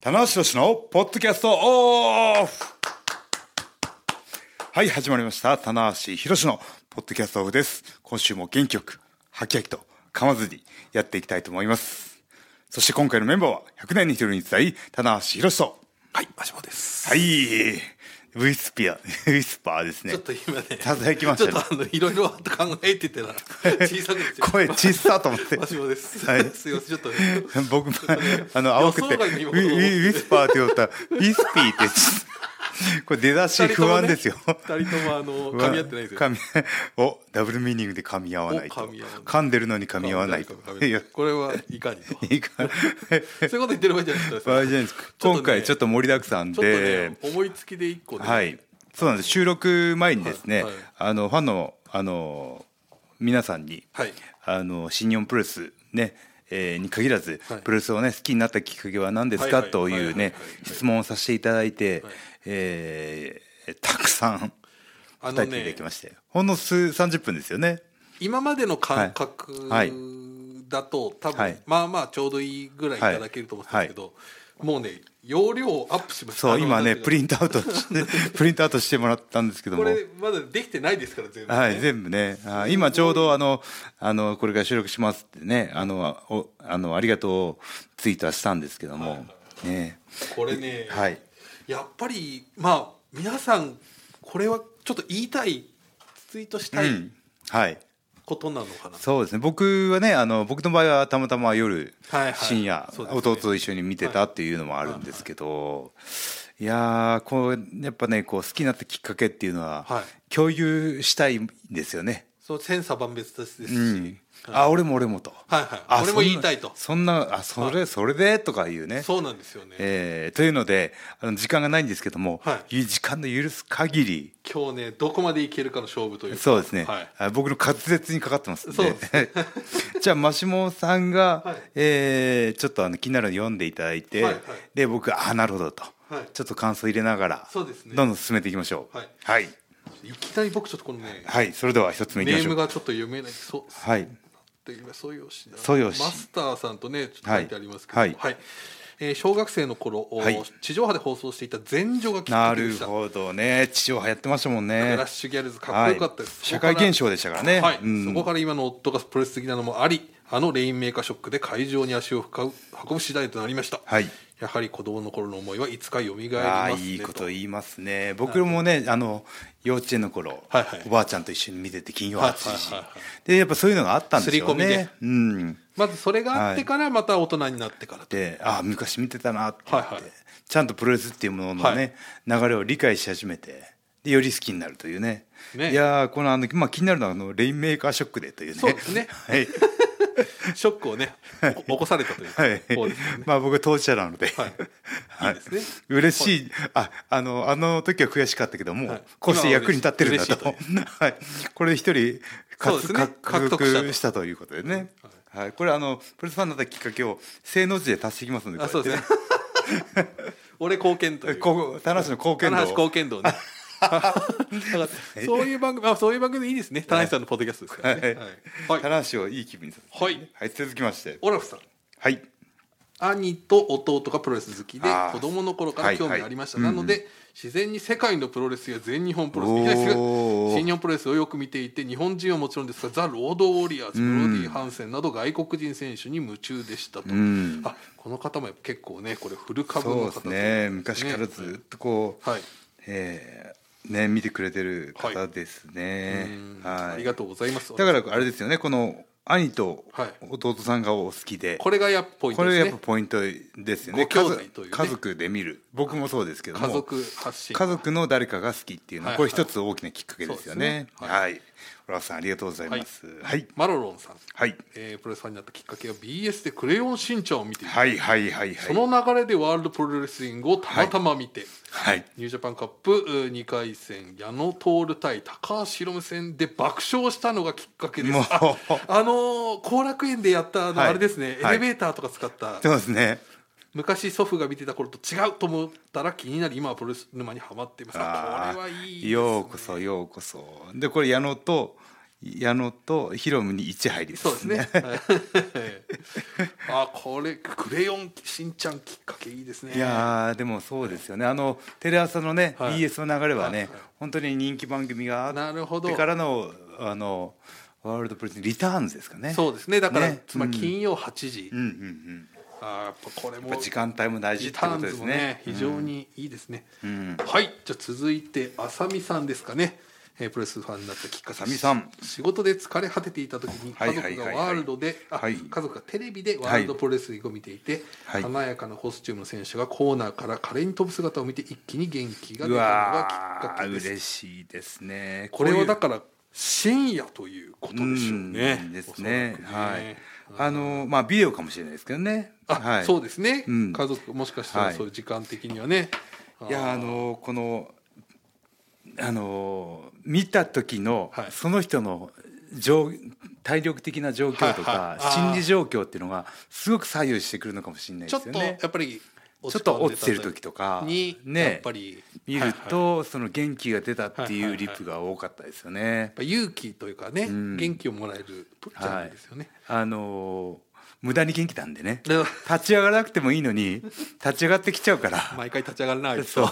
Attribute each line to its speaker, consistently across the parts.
Speaker 1: 棚橋宏のポッドキャストオフはい、始まりました。棚橋宏のポッドキャストオフです。今週も元気よく、はきはきと噛まずにやっていきたいと思います。そして今回のメンバーは、100年に一人に伝い、棚橋宏と、
Speaker 2: はい、マシモです。
Speaker 1: はい、ウィスピア、ウィスパーですね。
Speaker 2: ちょっと今ね、
Speaker 1: ただきましたね
Speaker 2: ちょっとあのいろいろ考えてたら小さくなっちゃう
Speaker 1: 声小さと思って
Speaker 2: マシモです。
Speaker 1: はい
Speaker 2: すいません、ちょっとね、
Speaker 1: 僕も、あの、青くて、ウ
Speaker 2: 予想外の
Speaker 1: ィ
Speaker 2: 今
Speaker 1: ウィウィスパーって言ったら、ウィスピーって、これ出だし 不安ですよ。
Speaker 2: 二人ともあの噛み合ってないですよ。
Speaker 1: 噛みおダブルミーニングで噛み合わないと
Speaker 2: お噛み合わない
Speaker 1: 噛んでるのに噛み合わないと
Speaker 2: 噛み合わない
Speaker 1: いや
Speaker 2: これはいかにと。そう
Speaker 1: いいか
Speaker 2: いうこと言ってる場合じゃないです
Speaker 1: 場
Speaker 2: よ
Speaker 1: 合じゃないですか
Speaker 2: ちょっとね
Speaker 1: 今回ちょっと盛りだくさん
Speaker 2: ちょっ
Speaker 1: で、
Speaker 2: とね、思いつきで一個で、
Speaker 1: はいそうなんです収録前にですね、
Speaker 2: はいはい
Speaker 1: あのファンのあの皆さんに、
Speaker 2: はい
Speaker 1: あの新日本プロレスねえーに限らず、
Speaker 2: はい
Speaker 1: プロレスをね好きになったきっかけは何です
Speaker 2: は
Speaker 1: か
Speaker 2: いはい
Speaker 1: という
Speaker 2: はい
Speaker 1: ね
Speaker 2: はいはい
Speaker 1: 質問をさせていただいて、
Speaker 2: はい
Speaker 1: えーたくさん答
Speaker 2: あの
Speaker 1: えていただ
Speaker 2: ね
Speaker 1: き、まして、ほんの数30分ですよね
Speaker 2: 今までの感覚
Speaker 1: はい
Speaker 2: だと多分、
Speaker 1: はい
Speaker 2: まあまあちょうどいいぐらいいただけると思ってたんですけど、もうね容量をアップしました
Speaker 1: そ
Speaker 2: あ
Speaker 1: う
Speaker 2: の
Speaker 1: 今ね
Speaker 2: なん
Speaker 1: プ
Speaker 2: てい
Speaker 1: リントアウト してプリントアウトしてもらったんですけど
Speaker 2: うの
Speaker 1: も
Speaker 2: これまだできてないですから全部、ね
Speaker 1: はい全部ねあ今ちょうどあのあのこれから収録しますってねあのおあのありがとうをツイートはしたんですけどもね
Speaker 2: これね、
Speaker 1: はい
Speaker 2: やっぱりまあ皆さんこれはちょっと言いたいツイートしたい
Speaker 1: うんはい
Speaker 2: ことなのかな、
Speaker 1: そうですね僕はねあの僕の場合はたまたま夜
Speaker 2: はいはい
Speaker 1: 深夜
Speaker 2: そうですね
Speaker 1: 弟と一緒に見てたっていうのもあるんですけどいやーこうやっぱねこう好きになったきっかけっていうのは
Speaker 2: はい
Speaker 1: 共有したいんですよね。
Speaker 2: その千差万別です
Speaker 1: う
Speaker 2: し、
Speaker 1: ん、あ俺も俺もと、
Speaker 2: はいはい
Speaker 1: あ
Speaker 2: 俺も言いたいと
Speaker 1: そんなそんなあそれ、それでとかいうね
Speaker 2: そうなんですよね、
Speaker 1: えーというのであの時間がないんですけども、
Speaker 2: は
Speaker 1: ゆ時間の許す限り
Speaker 2: 今日ねどこまでいけるかの勝負というか
Speaker 1: そうですね、
Speaker 2: はい、
Speaker 1: あ僕の滑舌にかかってますん
Speaker 2: そう
Speaker 1: で
Speaker 2: で
Speaker 1: じゃあマシモさんが、
Speaker 2: はい
Speaker 1: えーちょっとあの気になるの読んでいただいて、
Speaker 2: はいはい
Speaker 1: で僕あなるほどと、
Speaker 2: はい
Speaker 1: ちょっと感想入れながら
Speaker 2: そうですね
Speaker 1: どんどん進めていきましょう
Speaker 2: はい
Speaker 1: はい、
Speaker 2: いきなり僕ちょっとこのね、
Speaker 1: はいそれでは一つ目いき
Speaker 2: ネ
Speaker 1: ま
Speaker 2: ー
Speaker 1: しょ
Speaker 2: ム
Speaker 1: う
Speaker 2: がちょっと読めないそう
Speaker 1: はい
Speaker 2: って今ソヨシだ
Speaker 1: ソヨシ
Speaker 2: マスターさんとねちょっと書いてありますけど
Speaker 1: は
Speaker 2: はいい、えー小学生の頃、お
Speaker 1: はい
Speaker 2: 地上波で放送していた全女がきっ
Speaker 1: な
Speaker 2: かけで
Speaker 1: る
Speaker 2: した
Speaker 1: ほどね地上波やってましたもんね
Speaker 2: クラッシュギャルズかっこよかったです、
Speaker 1: はい社会現象でしたからね
Speaker 2: はい
Speaker 1: うん
Speaker 2: そこから今の夫がプロレス好きなのもありあのレインメーカーショックで会場に足を運ぶ運ぶ次第となりました、
Speaker 1: はい
Speaker 2: やはり子供の頃の思いはいつか蘇り
Speaker 1: あ
Speaker 2: ま
Speaker 1: あ
Speaker 2: すね
Speaker 1: いいこと言いますね僕もねあの幼稚園の頃、
Speaker 2: はいはい
Speaker 1: おばあちゃんと一緒に見てて金曜8時、
Speaker 2: はいはいはいはい
Speaker 1: でやっぱそういうのがあったんですよ
Speaker 2: 刷り込みで
Speaker 1: ね。うん、
Speaker 2: まずそれがあってからまた大人になってからと、
Speaker 1: でああ昔見てたなって思って、
Speaker 2: はいはい
Speaker 1: ちゃんとプロレスっていうもののね、流れを理解し始めてでより好きになるというね。
Speaker 2: ね
Speaker 1: いやーこのあの、まあ、気になるのはあのレインメーカーショックでというね。
Speaker 2: そうですね
Speaker 1: はい
Speaker 2: ショックをねお起こされたという
Speaker 1: はい
Speaker 2: 方ですよね、
Speaker 1: まあ僕は当事者なので、
Speaker 2: はい
Speaker 1: はい
Speaker 2: いいですね
Speaker 1: 嬉しいああのあの時は悔しかったけども、
Speaker 2: はい
Speaker 1: こうして役に立ってるんだと
Speaker 2: 今は
Speaker 1: はい、これ一人か
Speaker 2: そうですね
Speaker 1: 獲
Speaker 2: 獲
Speaker 1: 得
Speaker 2: 得
Speaker 1: し
Speaker 2: したた
Speaker 1: と
Speaker 2: と
Speaker 1: いうことでね、はいこれあのプロレスファンだったきっかけを正の字で足していきますので
Speaker 2: あそうで す
Speaker 1: ね
Speaker 2: ね俺貢献という
Speaker 1: こう棚橋の貢献
Speaker 2: 棚橋
Speaker 1: 度を
Speaker 2: 貢 献度ねそういう番組あそういう番組でいいですね棚橋さんのポッドキャストですからねはい、はい、
Speaker 1: 棚橋をいい気分にさせて、
Speaker 2: はい
Speaker 1: 続きまして
Speaker 2: オラフさん
Speaker 1: はい
Speaker 2: 兄と弟がプロレス好きで
Speaker 1: あー
Speaker 2: 子供の頃か
Speaker 1: はい
Speaker 2: ら興味ありました、
Speaker 1: はい
Speaker 2: なので、自然に世界のプロレスや全日本プロレス
Speaker 1: おー
Speaker 2: いや 新日本プロレスをよく見ていて日本人はもちろんですがザ・ロードウォリアーズブロディ・ハンセンなど外国人選手に夢中でしたと、
Speaker 1: ん
Speaker 2: あこの方も結構ねこれフル株
Speaker 1: そう
Speaker 2: の
Speaker 1: で
Speaker 2: 方
Speaker 1: すね昔からずっとこう、
Speaker 2: はい
Speaker 1: えーね見てくれてる方ですね
Speaker 2: うん、
Speaker 1: はい
Speaker 2: ありがとうございます
Speaker 1: だからあれですよねこの兄と
Speaker 2: はい
Speaker 1: 弟さんがお好きで、
Speaker 2: これがやっぱポイン
Speaker 1: こ
Speaker 2: トで
Speaker 1: れやっ
Speaker 2: すね
Speaker 1: ぱポイントですよね
Speaker 2: ご兄弟という
Speaker 1: 家族
Speaker 2: ね
Speaker 1: 家族で見る僕もそうですけども
Speaker 2: 家族発信
Speaker 1: 家族の誰かが好きっていうのは
Speaker 2: はい
Speaker 1: これ一つ大きなきっかけですよね
Speaker 2: そうですね
Speaker 1: はい、オラフさんありがとうございますはい
Speaker 2: マロロンさん、
Speaker 1: はい
Speaker 2: えープロレスファンになったきっかけは BS で「クレヨンしんちゃん」を見ていた、
Speaker 1: はいはいはい
Speaker 2: そ
Speaker 1: はい
Speaker 2: の流れでワールドプロレスリングをたまたま見て、
Speaker 1: はい
Speaker 2: ニュージャパンカップ2回戦矢野徹対高橋宏夢戦で爆笑したのがきっかけです
Speaker 1: もう
Speaker 2: ああのー後楽園でやったあの、
Speaker 1: はい
Speaker 2: あれですね、
Speaker 1: はい
Speaker 2: エレベーターとか使った
Speaker 1: そうですね
Speaker 2: 昔祖父が見てた頃と違うと思ったら気になり今はプロレス沼にはまっていますあ
Speaker 1: あ
Speaker 2: これはいいです
Speaker 1: ー
Speaker 2: ね
Speaker 1: ようこそようこそでこれ矢野と矢野とヒロムに1入りです
Speaker 2: そうですね。はい あこれ「クレヨンしんちゃん」きっかけいいですね
Speaker 1: いやーでもそうですよねあのテレ朝のね、
Speaker 2: はい
Speaker 1: BS の流れはね、
Speaker 2: はい
Speaker 1: 本当に人気番組があ
Speaker 2: なるほ
Speaker 1: っ
Speaker 2: ど
Speaker 1: てからのあのワールドプレスリターンズですかね
Speaker 2: そうですねだから、
Speaker 1: ね
Speaker 2: つまり
Speaker 1: うん
Speaker 2: 金曜8時、
Speaker 1: うんうんうん
Speaker 2: あーやっぱこれ
Speaker 1: やっ
Speaker 2: も
Speaker 1: ぱ時間帯も大事っ
Speaker 2: リ
Speaker 1: て
Speaker 2: タ
Speaker 1: こと
Speaker 2: ーン
Speaker 1: で
Speaker 2: ズ
Speaker 1: す
Speaker 2: も
Speaker 1: ね
Speaker 2: ね、非常にいいですね、
Speaker 1: うん
Speaker 2: はいじゃあ続いてあさみさんですかね、えープロレスファンになったきっかけ
Speaker 1: あさみさん
Speaker 2: 仕事で疲れ果てていた時に
Speaker 1: は
Speaker 2: 家
Speaker 1: いはい
Speaker 2: 族
Speaker 1: は
Speaker 2: が
Speaker 1: いはい
Speaker 2: ワールドで、あ
Speaker 1: はい
Speaker 2: 家族がテレビでワールドプロレスリングを見ていて、
Speaker 1: はい
Speaker 2: 華やかなコスチュームの選手がコーナーから華麗に飛ぶ姿を見て一気に元気が出た
Speaker 1: う
Speaker 2: の
Speaker 1: わ
Speaker 2: がきっか
Speaker 1: ー
Speaker 2: けです
Speaker 1: 嬉しいですね
Speaker 2: これはだ
Speaker 1: か
Speaker 2: から深夜ということでしょうね。
Speaker 1: ですね
Speaker 2: おそらく
Speaker 1: はいあのまあビデオかもしれないですけどね
Speaker 2: あ、
Speaker 1: はい、
Speaker 2: そうですね、
Speaker 1: うん
Speaker 2: 家族もしかした
Speaker 1: は
Speaker 2: ら
Speaker 1: い
Speaker 2: そういう時間的にはね。
Speaker 1: いやあのこのあの見た時の、
Speaker 2: はい
Speaker 1: その人の状体力的な状況とか、
Speaker 2: はいはいあー
Speaker 1: 心理状況っていうのがすごく左右してくるのかもしれない
Speaker 2: ちょ
Speaker 1: です
Speaker 2: っと
Speaker 1: よ
Speaker 2: や
Speaker 1: ね。
Speaker 2: っぱり
Speaker 1: ちょっと落ちてる時とか
Speaker 2: に、
Speaker 1: ね
Speaker 2: やっぱり
Speaker 1: 見る
Speaker 2: はいはい
Speaker 1: と、
Speaker 2: やっ
Speaker 1: その元気が出たっていうリップが多かったですよね。
Speaker 2: ぱ勇気というかね、
Speaker 1: ん
Speaker 2: 元気をもらえるプッチャーですよね。
Speaker 1: あの無駄に元気なんでね
Speaker 2: で
Speaker 1: 立ち上がらなくてもいいのに立ち上がってきちゃうから。
Speaker 2: 毎回立ち上がらないと
Speaker 1: そ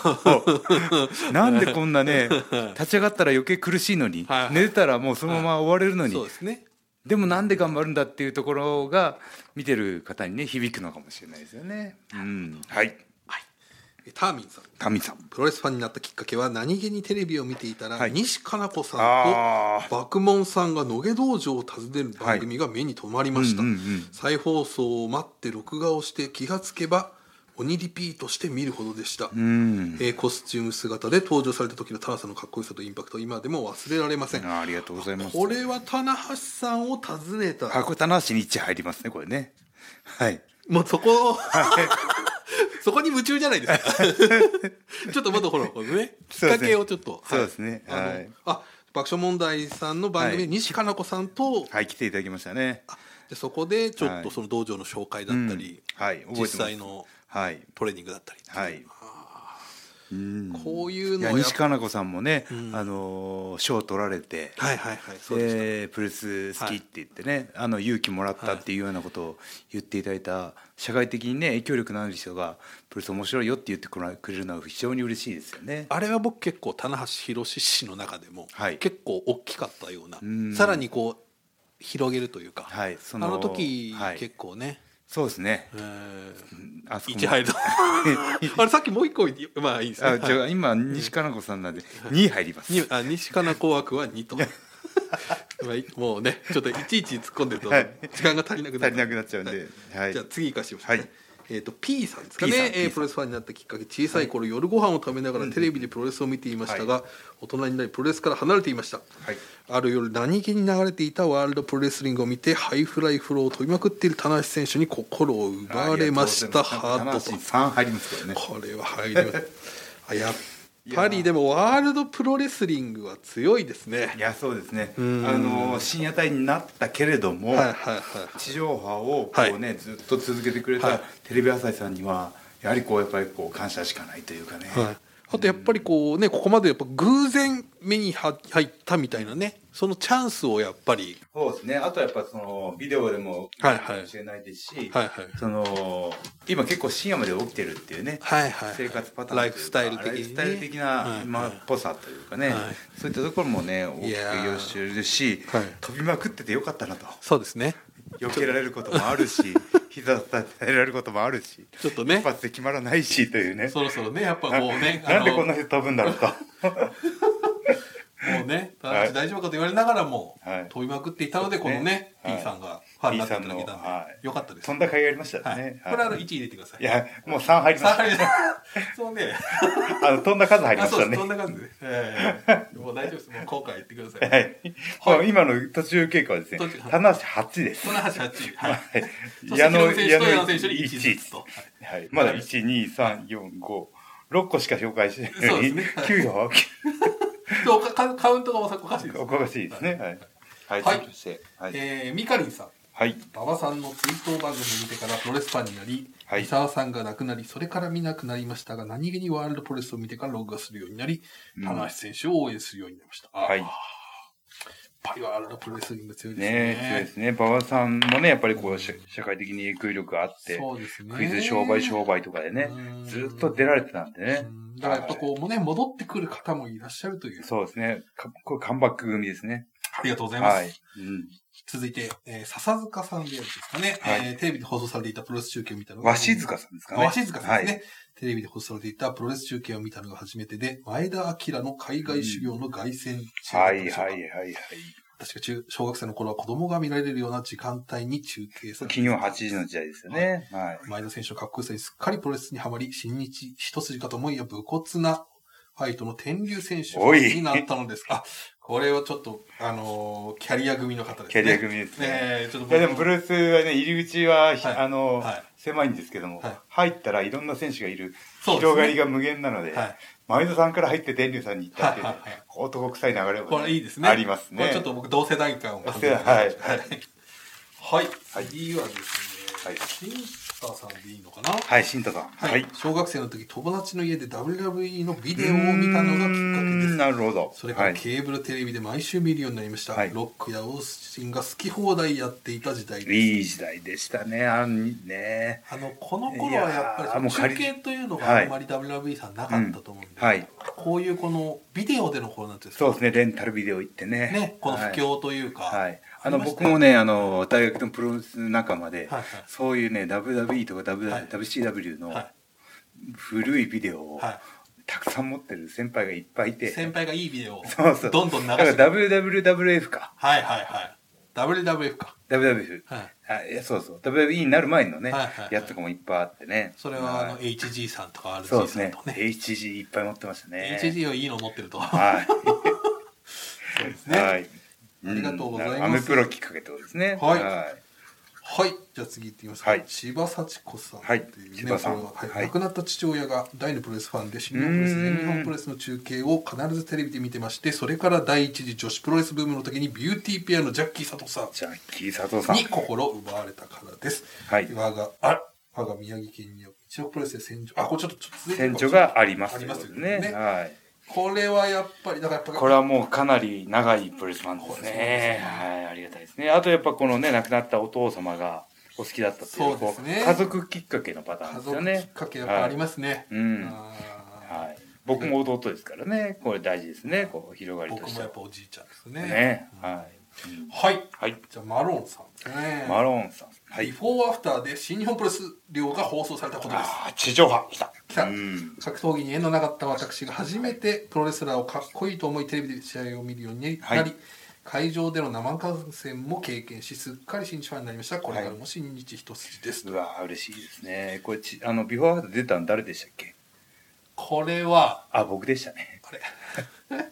Speaker 1: う なんでこんなね立ち上がったら余計苦しいのに、
Speaker 2: はいはい
Speaker 1: 寝てたらもうそのまま終われるのに、
Speaker 2: そうですね。
Speaker 1: でもなんで頑張るんだっていうところが見てる方にね響くのかもしれないですよね。うん、はい
Speaker 2: えターミンさん。
Speaker 1: 神さん
Speaker 2: プロレスファンになったきっかけは何気にテレビを見ていたら、
Speaker 1: はい
Speaker 2: 西加奈子さ
Speaker 1: あ
Speaker 2: んと爆門さんが野毛道場を訪ねる番組が目に留まりました、
Speaker 1: はいうんうんうん
Speaker 2: 再放送を待って録画をして気がつけば鬼リピートして見るほどでした、
Speaker 1: うん
Speaker 2: えーコスチューム姿で登場された時の田中さんのかっこよさとインパクト今でも忘れられません
Speaker 1: あありがとうございます。
Speaker 2: これは棚橋さんを訪ねた、
Speaker 1: 箱棚橋に一入りますねこれね。はい
Speaker 2: もうそこ そこに夢中じゃないですかちょっとまだほらこのねきっ
Speaker 1: そうですね
Speaker 2: かけをちょっと
Speaker 1: そうですね
Speaker 2: あの
Speaker 1: はい
Speaker 2: あ爆笑問題さんの番組で
Speaker 1: はい
Speaker 2: 西加奈子さんと、
Speaker 1: はい来ていただきましたね。
Speaker 2: でそこでちょっ
Speaker 1: はい
Speaker 2: とその道場の紹介だったり、
Speaker 1: うんはい覚えてま
Speaker 2: 実
Speaker 1: す
Speaker 2: 際の
Speaker 1: はい
Speaker 2: トレーニングだったりってう
Speaker 1: はい。うん
Speaker 2: こういう
Speaker 1: い
Speaker 2: の
Speaker 1: や
Speaker 2: をやっ
Speaker 1: 西加奈子さんもね、あのー賞を取られて。
Speaker 2: はいはいはいそうでした、
Speaker 1: えープレス好きって言ってね、あの勇気もらったっていうようなことを言っていただいた社会的にね影響力のある人がプレス面白いよって言ってくれるのは非常に嬉しいですよね。
Speaker 2: あれは僕結構棚橋宏氏の中でも
Speaker 1: はい
Speaker 2: 結構大きかったような、
Speaker 1: ん
Speaker 2: さらにこう広げるというか、
Speaker 1: はいその
Speaker 2: あの時、
Speaker 1: はい
Speaker 2: 結構ね、
Speaker 1: そうですね。
Speaker 2: えー、
Speaker 1: あそこも
Speaker 2: 一入 るとあれさっきもう一個まあいいですね
Speaker 1: あじゃ
Speaker 2: は
Speaker 1: あ今西加奈子さんなんで2入ります。
Speaker 2: いにあ西かな紅白は2と まあいもうねちょっといちいち突っ込んでると
Speaker 1: はい
Speaker 2: 時間が足りなくな
Speaker 1: 足りなくなっちゃうんではい
Speaker 2: じゃあ次行かしてみましょうね、
Speaker 1: はい
Speaker 2: えー、と P さんですか
Speaker 1: P さん
Speaker 2: ね、
Speaker 1: P さ
Speaker 2: えー
Speaker 1: ん
Speaker 2: プロレスファンになったきっかけ小さい頃、夜ご飯を食べながらテレビでプロレスを見ていましたが、大人になりプロレスから離れていました、
Speaker 1: はい
Speaker 2: ある夜何気に流れていたワールドプロレスリングを見てハイフライフローを飛びまくっている田無選手に心を奪われましたハートと
Speaker 1: 3入りますけどね。
Speaker 2: これは入りますあやっぱりでもワールドプロレスリングは強いですね
Speaker 1: いやそうですね。あの深夜帯になったけれども、
Speaker 2: はいはいはい
Speaker 1: 地上波をこ
Speaker 2: はいう
Speaker 1: ね、ずっと続けてくれた、
Speaker 2: はい
Speaker 1: テレビ朝日さんにはやはりこうやっぱりこう感謝しかないというかね。
Speaker 2: はいあとやっぱりこうねここまでやっぱ偶然目に入入ったみたいなねそのチャンスをやっぱり
Speaker 1: そうですね。あとはやっぱそのビデオでも
Speaker 2: はい
Speaker 1: かもしれないですし、
Speaker 2: はいはい
Speaker 1: その今結構深夜まで起きてるっていうね、
Speaker 2: はいはい
Speaker 1: 生活パターンというか
Speaker 2: ライフスタイル的にね
Speaker 1: ライフスタイル的
Speaker 2: はい
Speaker 1: な
Speaker 2: はい
Speaker 1: 今っぽさというかね、
Speaker 2: はい
Speaker 1: そういったところもね大き
Speaker 2: い
Speaker 1: く
Speaker 2: やー
Speaker 1: 利用してるし、
Speaker 2: はい
Speaker 1: 飛びまくっててよかったなと。
Speaker 2: そうですね
Speaker 1: 避けられることもある し膝立てられることもあるし
Speaker 2: ちょっとね
Speaker 1: 一発で決まらないしというね
Speaker 2: そろそろねやっぱもう ね
Speaker 1: ななんでこんなに飛ぶんだろうと
Speaker 2: もうね、
Speaker 1: はい
Speaker 2: 田中大丈夫かと言われながらも、
Speaker 1: はい
Speaker 2: 飛びまくっていたので、このね、
Speaker 1: はい
Speaker 2: P さんがファンになっていただけたん
Speaker 1: P さん
Speaker 2: で、
Speaker 1: のはい
Speaker 2: よかったです。
Speaker 1: そんな会がありました
Speaker 2: はい
Speaker 1: ね、
Speaker 2: これはあ
Speaker 1: は
Speaker 2: の
Speaker 1: い
Speaker 2: 1入れてください。
Speaker 1: いやもう3入りました
Speaker 2: 3入れて そうね。
Speaker 1: あの飛んだ数入り
Speaker 2: あ、
Speaker 1: まし
Speaker 2: そう
Speaker 1: たね
Speaker 2: です。そんな感 じで。ええもう大丈夫です。もう後悔言ってください。
Speaker 1: はい、もう今の途中経過はですね
Speaker 2: 途中
Speaker 1: 棚橋8です
Speaker 2: この話8。はい。
Speaker 1: はい
Speaker 2: そして
Speaker 1: 矢野矢
Speaker 2: 平野選手と
Speaker 1: 野
Speaker 2: 矢野選手に1ずつと。
Speaker 1: はい、まだ12345 6個しか紹介してない
Speaker 2: そう
Speaker 1: の
Speaker 2: です
Speaker 1: に、
Speaker 2: ね
Speaker 1: 9個は
Speaker 2: そうかかカウントがおかしいです。
Speaker 1: おかしいですね。はい。はい。
Speaker 2: はい
Speaker 1: 続きましてはい。
Speaker 2: えー、ミカリンさん。
Speaker 1: はい。
Speaker 2: 馬場さんの追悼番組を見てからプロレスファンになり、
Speaker 1: はい
Speaker 2: 三沢さんが亡くなりそれから見なくなりましたが何気にワールドプロレスを見てから録画するようになり棚橋選手を応援するようになりました、
Speaker 1: はい
Speaker 2: あーぱいワールドプロレスリング強いです
Speaker 1: ねえ、強い
Speaker 2: ね
Speaker 1: で。すね。馬場さんもね、やっぱりこう、社社会的に影響力があって、
Speaker 2: そうですね。
Speaker 1: クイズ商売商売とかでね、
Speaker 2: うん
Speaker 1: ずっと出られてたんでね
Speaker 2: う。んだからやっぱこうもね、戻ってくる方もいらっしゃるという。
Speaker 1: そうですね。かこれカムバック組ですね。
Speaker 2: ありがとうございます。
Speaker 1: はい。うん。
Speaker 2: 続いて、えー笹塚さんでやるんですかね、
Speaker 1: はい
Speaker 2: えーテレビで放送されていたプロレス中継を見たのが。
Speaker 1: 鷲塚さんですかね。
Speaker 2: 鷲塚さんです
Speaker 1: は
Speaker 2: ね、
Speaker 1: い。
Speaker 2: テレビで放送されていたプロレス中継を見たのが初めてで、前田明の海外修行の凱旋中だ
Speaker 1: は
Speaker 2: った
Speaker 1: い
Speaker 2: でしょうか
Speaker 1: はいはいはい。
Speaker 2: 私が中、小学生の頃は子供が見られるような時間帯に中継され
Speaker 1: 金曜8時の時代ですよね。はい。
Speaker 2: 前田選手のかっこよさにすっかりプロレスにはまり、新日一筋かと思いや武骨なファイトの天竜選手
Speaker 1: おい
Speaker 2: になったのです。あ、これはちょっと、あのーキャリア組の方ですね。
Speaker 1: キャリア組ですね。
Speaker 2: えーちょっと
Speaker 1: いやでもブルースはね、入り口はひ、
Speaker 2: はい
Speaker 1: あの、
Speaker 2: はい
Speaker 1: 狭いんですけども、
Speaker 2: はい
Speaker 1: 入ったらいろんな選手がいる、
Speaker 2: そうですね
Speaker 1: 広がりが無限なので、
Speaker 2: はい
Speaker 1: 前田さんから入って天竜さんに行ったっていう、ね
Speaker 2: はいはいはい
Speaker 1: 男臭い流れもね、
Speaker 2: これいいですね。
Speaker 1: あります
Speaker 2: こ
Speaker 1: ね。
Speaker 2: れちょっと僕同世代感を感じる。
Speaker 1: 同世代はい
Speaker 2: はい。はい。
Speaker 1: はい
Speaker 2: 次はです
Speaker 1: は
Speaker 2: ね
Speaker 1: い、
Speaker 2: 新田さんでいいのかな
Speaker 1: はい、新太さん。
Speaker 2: はい。小学生の時、友達の家で WWE のビデオを見たのがきっかけで
Speaker 1: うーん
Speaker 2: す。
Speaker 1: なるほど。
Speaker 2: それから
Speaker 1: はい
Speaker 2: ケーブルテレビで毎週見るようになりました。
Speaker 1: はい
Speaker 2: ロックやオースティンが好き放題やっていた時代です。
Speaker 1: いい時代でしたね、あんね。
Speaker 2: あのこの頃はやっぱ
Speaker 1: い
Speaker 2: りその
Speaker 1: やーもう仮
Speaker 2: 中
Speaker 1: に
Speaker 2: 継というのが
Speaker 1: はい
Speaker 2: あんまり WWE さんなかったと思うんで、
Speaker 1: うんはい
Speaker 2: こういうこのビデオでの方なんていうんですか
Speaker 1: そうですね、レンタルビデオ行ってね。
Speaker 2: ね、この不
Speaker 1: はい
Speaker 2: 況というか、
Speaker 1: はい。あ
Speaker 2: あり
Speaker 1: の、
Speaker 2: ました
Speaker 1: 僕
Speaker 2: よ
Speaker 1: もね、あの、大学のプロレス仲間で、
Speaker 2: はいはい
Speaker 1: そういうね、WWE とか W、
Speaker 2: はい
Speaker 1: WCW の
Speaker 2: は
Speaker 1: 古いビデオを
Speaker 2: は
Speaker 1: たくさん持ってる先輩がいっぱいい
Speaker 2: い、
Speaker 1: て、
Speaker 2: 先輩がいいビデオを
Speaker 1: そうそう。
Speaker 2: どんどん流し
Speaker 1: だ
Speaker 2: て
Speaker 1: か
Speaker 2: く
Speaker 1: ら
Speaker 2: る
Speaker 1: WWWF か。
Speaker 2: はいはいはい WWF か
Speaker 1: WWF。
Speaker 2: はい
Speaker 1: あいやそうそう。WWE になる前のね、
Speaker 2: はいはいはい
Speaker 1: やつとかもいっぱいあってね。
Speaker 2: それはあの
Speaker 1: い
Speaker 2: HG さんとか RG さ
Speaker 1: そ
Speaker 2: ん
Speaker 1: う
Speaker 2: と
Speaker 1: ですね。
Speaker 2: ね
Speaker 1: HG いっぱい持ってましたね。
Speaker 2: HG はいいの持ってるとあ
Speaker 1: はい。
Speaker 2: ね
Speaker 1: はい。ん
Speaker 2: りがとうござい
Speaker 1: ア
Speaker 2: ま
Speaker 1: メ
Speaker 2: す
Speaker 1: プロきっかけってことですね。
Speaker 2: はいはいじゃあ次行ってみますか、
Speaker 1: はい
Speaker 2: 千葉幸子さん
Speaker 1: はい
Speaker 2: っていうね
Speaker 1: 千葉さん
Speaker 2: これははい
Speaker 1: はい
Speaker 2: 亡くなった父親が大のプロレスファンで新日本プロレ
Speaker 1: う
Speaker 2: ス
Speaker 1: ーん
Speaker 2: 全日本プロレスの中継を必ずテレビで見てましてそれから第一次女子プロレスブームの時にビューティーペアのジャッキー佐藤さん
Speaker 1: ジャッキー佐藤さん。
Speaker 2: に心を奪われたからです。
Speaker 1: はい
Speaker 2: 我が、あ我が宮城県には一応プロレスで戦場、あ、これちょっと、ちょっと続いてる
Speaker 1: 船
Speaker 2: か
Speaker 1: 長があります
Speaker 2: ありますよ
Speaker 1: ね。
Speaker 2: ね。
Speaker 1: はい。
Speaker 2: これはやっぱり、だからやっぱ、
Speaker 1: これはもうかなり長いプロレスマンです
Speaker 2: そうです
Speaker 1: ね。はい、ありがたいですね。あとやっぱこのね、亡くなったお父様がお好きだったっていう、
Speaker 2: そうですね
Speaker 1: こう家族きっかけのパターン
Speaker 2: 家
Speaker 1: ですよ
Speaker 2: 族
Speaker 1: ね。。
Speaker 2: きっかけやっぱありますすね。
Speaker 1: はいうん
Speaker 2: あ
Speaker 1: はい。僕も弟ですからね、これ大事ですね。こう広が
Speaker 2: ー
Speaker 1: りと
Speaker 2: 僕
Speaker 1: し
Speaker 2: も
Speaker 1: て
Speaker 2: やっ
Speaker 1: は。
Speaker 2: ぱおじいちゃんですね。
Speaker 1: ね。はい。うん
Speaker 2: はい。
Speaker 1: はい。
Speaker 2: じゃあ、マロンさんですね。
Speaker 1: マロンさん。は
Speaker 2: ビ
Speaker 1: い。
Speaker 2: フォーアフターで新日本プロレス量が放送されたことです。
Speaker 1: ああ、地上波来た。
Speaker 2: 来た
Speaker 1: うん。
Speaker 2: 格闘技に縁のなかった私が初めてプロレスラーをかっこいいと思いテレビで試合を見るようになり、
Speaker 1: はい
Speaker 2: 会場での生観戦も経験しすっかり新日ファンになりましたこれから
Speaker 1: は
Speaker 2: も新日一筋です、
Speaker 1: うわー嬉しいですね。これちあのビフォーアフター出たの誰でしたっけ？
Speaker 2: これは
Speaker 1: あ僕でした ね。
Speaker 2: あれ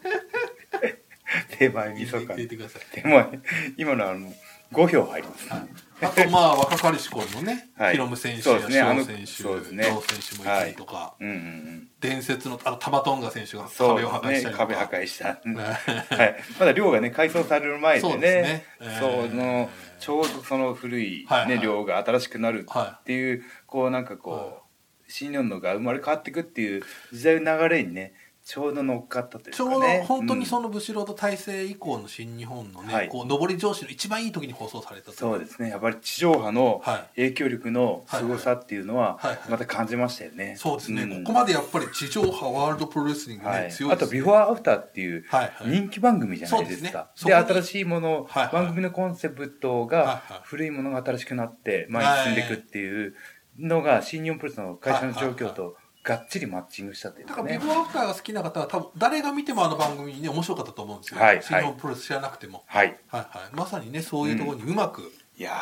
Speaker 1: 手前味
Speaker 2: 入れ
Speaker 1: 噌
Speaker 2: て
Speaker 1: か。
Speaker 2: 入れ
Speaker 1: 手
Speaker 2: てください
Speaker 1: 前今のあの5票入ります。
Speaker 2: あ とまあ若かりし頃のね、
Speaker 1: はい
Speaker 2: ヒロム選手
Speaker 1: そう
Speaker 2: や
Speaker 1: です
Speaker 2: 翔
Speaker 1: ねあの
Speaker 2: 選手
Speaker 1: そうですね
Speaker 2: 翔選手もいたりとか、
Speaker 1: うんうんうん。
Speaker 2: 伝説のあのタバトンガ選手が
Speaker 1: そう
Speaker 2: 壁を破壊
Speaker 1: で
Speaker 2: し
Speaker 1: す
Speaker 2: た
Speaker 1: ね
Speaker 2: り。とか、
Speaker 1: 壁破 壊した。はい。まだ寮がね改装される前で
Speaker 2: そ
Speaker 1: ね
Speaker 2: うですね。
Speaker 1: そう、
Speaker 2: えー
Speaker 1: そのちょうどその古いね、
Speaker 2: はいはい
Speaker 1: 寮が新しくなるっていう、こうなんかこう、
Speaker 2: はい
Speaker 1: 新日本のが生まれ変わっていくっていう時代の流れにねちょうど乗っかったという
Speaker 2: ち
Speaker 1: か
Speaker 2: ょ
Speaker 1: ね。
Speaker 2: うど本当にそ
Speaker 1: ん
Speaker 2: のブシロード体制以降の新日本のね、
Speaker 1: はい
Speaker 2: こう上り上司の一番いい時に放送されたと
Speaker 1: そうですねやっぱり地上波の
Speaker 2: はい
Speaker 1: 影響力の凄さっていうのは
Speaker 2: はいはいはい
Speaker 1: また感じましたよね。
Speaker 2: そうですね、
Speaker 1: ん
Speaker 2: ここまでやっぱり地上波ワールドプロレスリングね、
Speaker 1: はい
Speaker 2: 強い
Speaker 1: あ
Speaker 2: で
Speaker 1: と
Speaker 2: す
Speaker 1: ビ
Speaker 2: ね
Speaker 1: フォーアフターっていう
Speaker 2: はいはい
Speaker 1: 人気番組じゃないですか、
Speaker 2: そうですねそこ
Speaker 1: で
Speaker 2: に
Speaker 1: 新しいもの、
Speaker 2: はいはい
Speaker 1: 番組のコンセプト
Speaker 2: い
Speaker 1: が
Speaker 2: はい
Speaker 1: 古いものが新しくなって前に進んでいくっていうのが新日本プロレスの会社の状況とがっちりマッチングしたという
Speaker 2: だ
Speaker 1: か
Speaker 2: からビ
Speaker 1: ね
Speaker 2: フォーアフターが好きな方は多分誰が見てもあの番組にね面白かったと思うんですよ、
Speaker 1: はい
Speaker 2: 新日本プロレス知らなくても、
Speaker 1: はい
Speaker 2: はいはいまさにねそういうところにうまく
Speaker 1: いや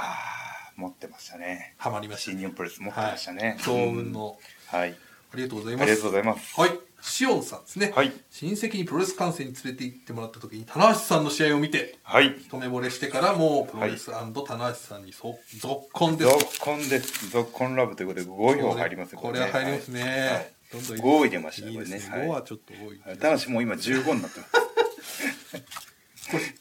Speaker 1: ー持ってましたね
Speaker 2: はまりました
Speaker 1: 新
Speaker 2: ね、
Speaker 1: 日本プロレス持ってましたね、
Speaker 2: 強運の、
Speaker 1: はい
Speaker 2: ありがとうござい
Speaker 1: あ
Speaker 2: ま
Speaker 1: り
Speaker 2: す
Speaker 1: がとうございます
Speaker 2: はいシオンさんですね、
Speaker 1: はい
Speaker 2: 親戚にプロレス観戦に連れて行ってもらった時に棚橋さんの試合を見て
Speaker 1: はい
Speaker 2: 一目惚れしてからもうプロレス棚橋さんにそ続婚です
Speaker 1: ゾ
Speaker 2: と
Speaker 1: ッコンですゾッコンラブということで5票入りますね
Speaker 2: これは入りますね、
Speaker 1: はい
Speaker 2: どんどん
Speaker 1: 5入れましたね
Speaker 2: いいですね
Speaker 1: これねはい
Speaker 2: 5はちょっと多い、
Speaker 1: はいただしもう今15になってます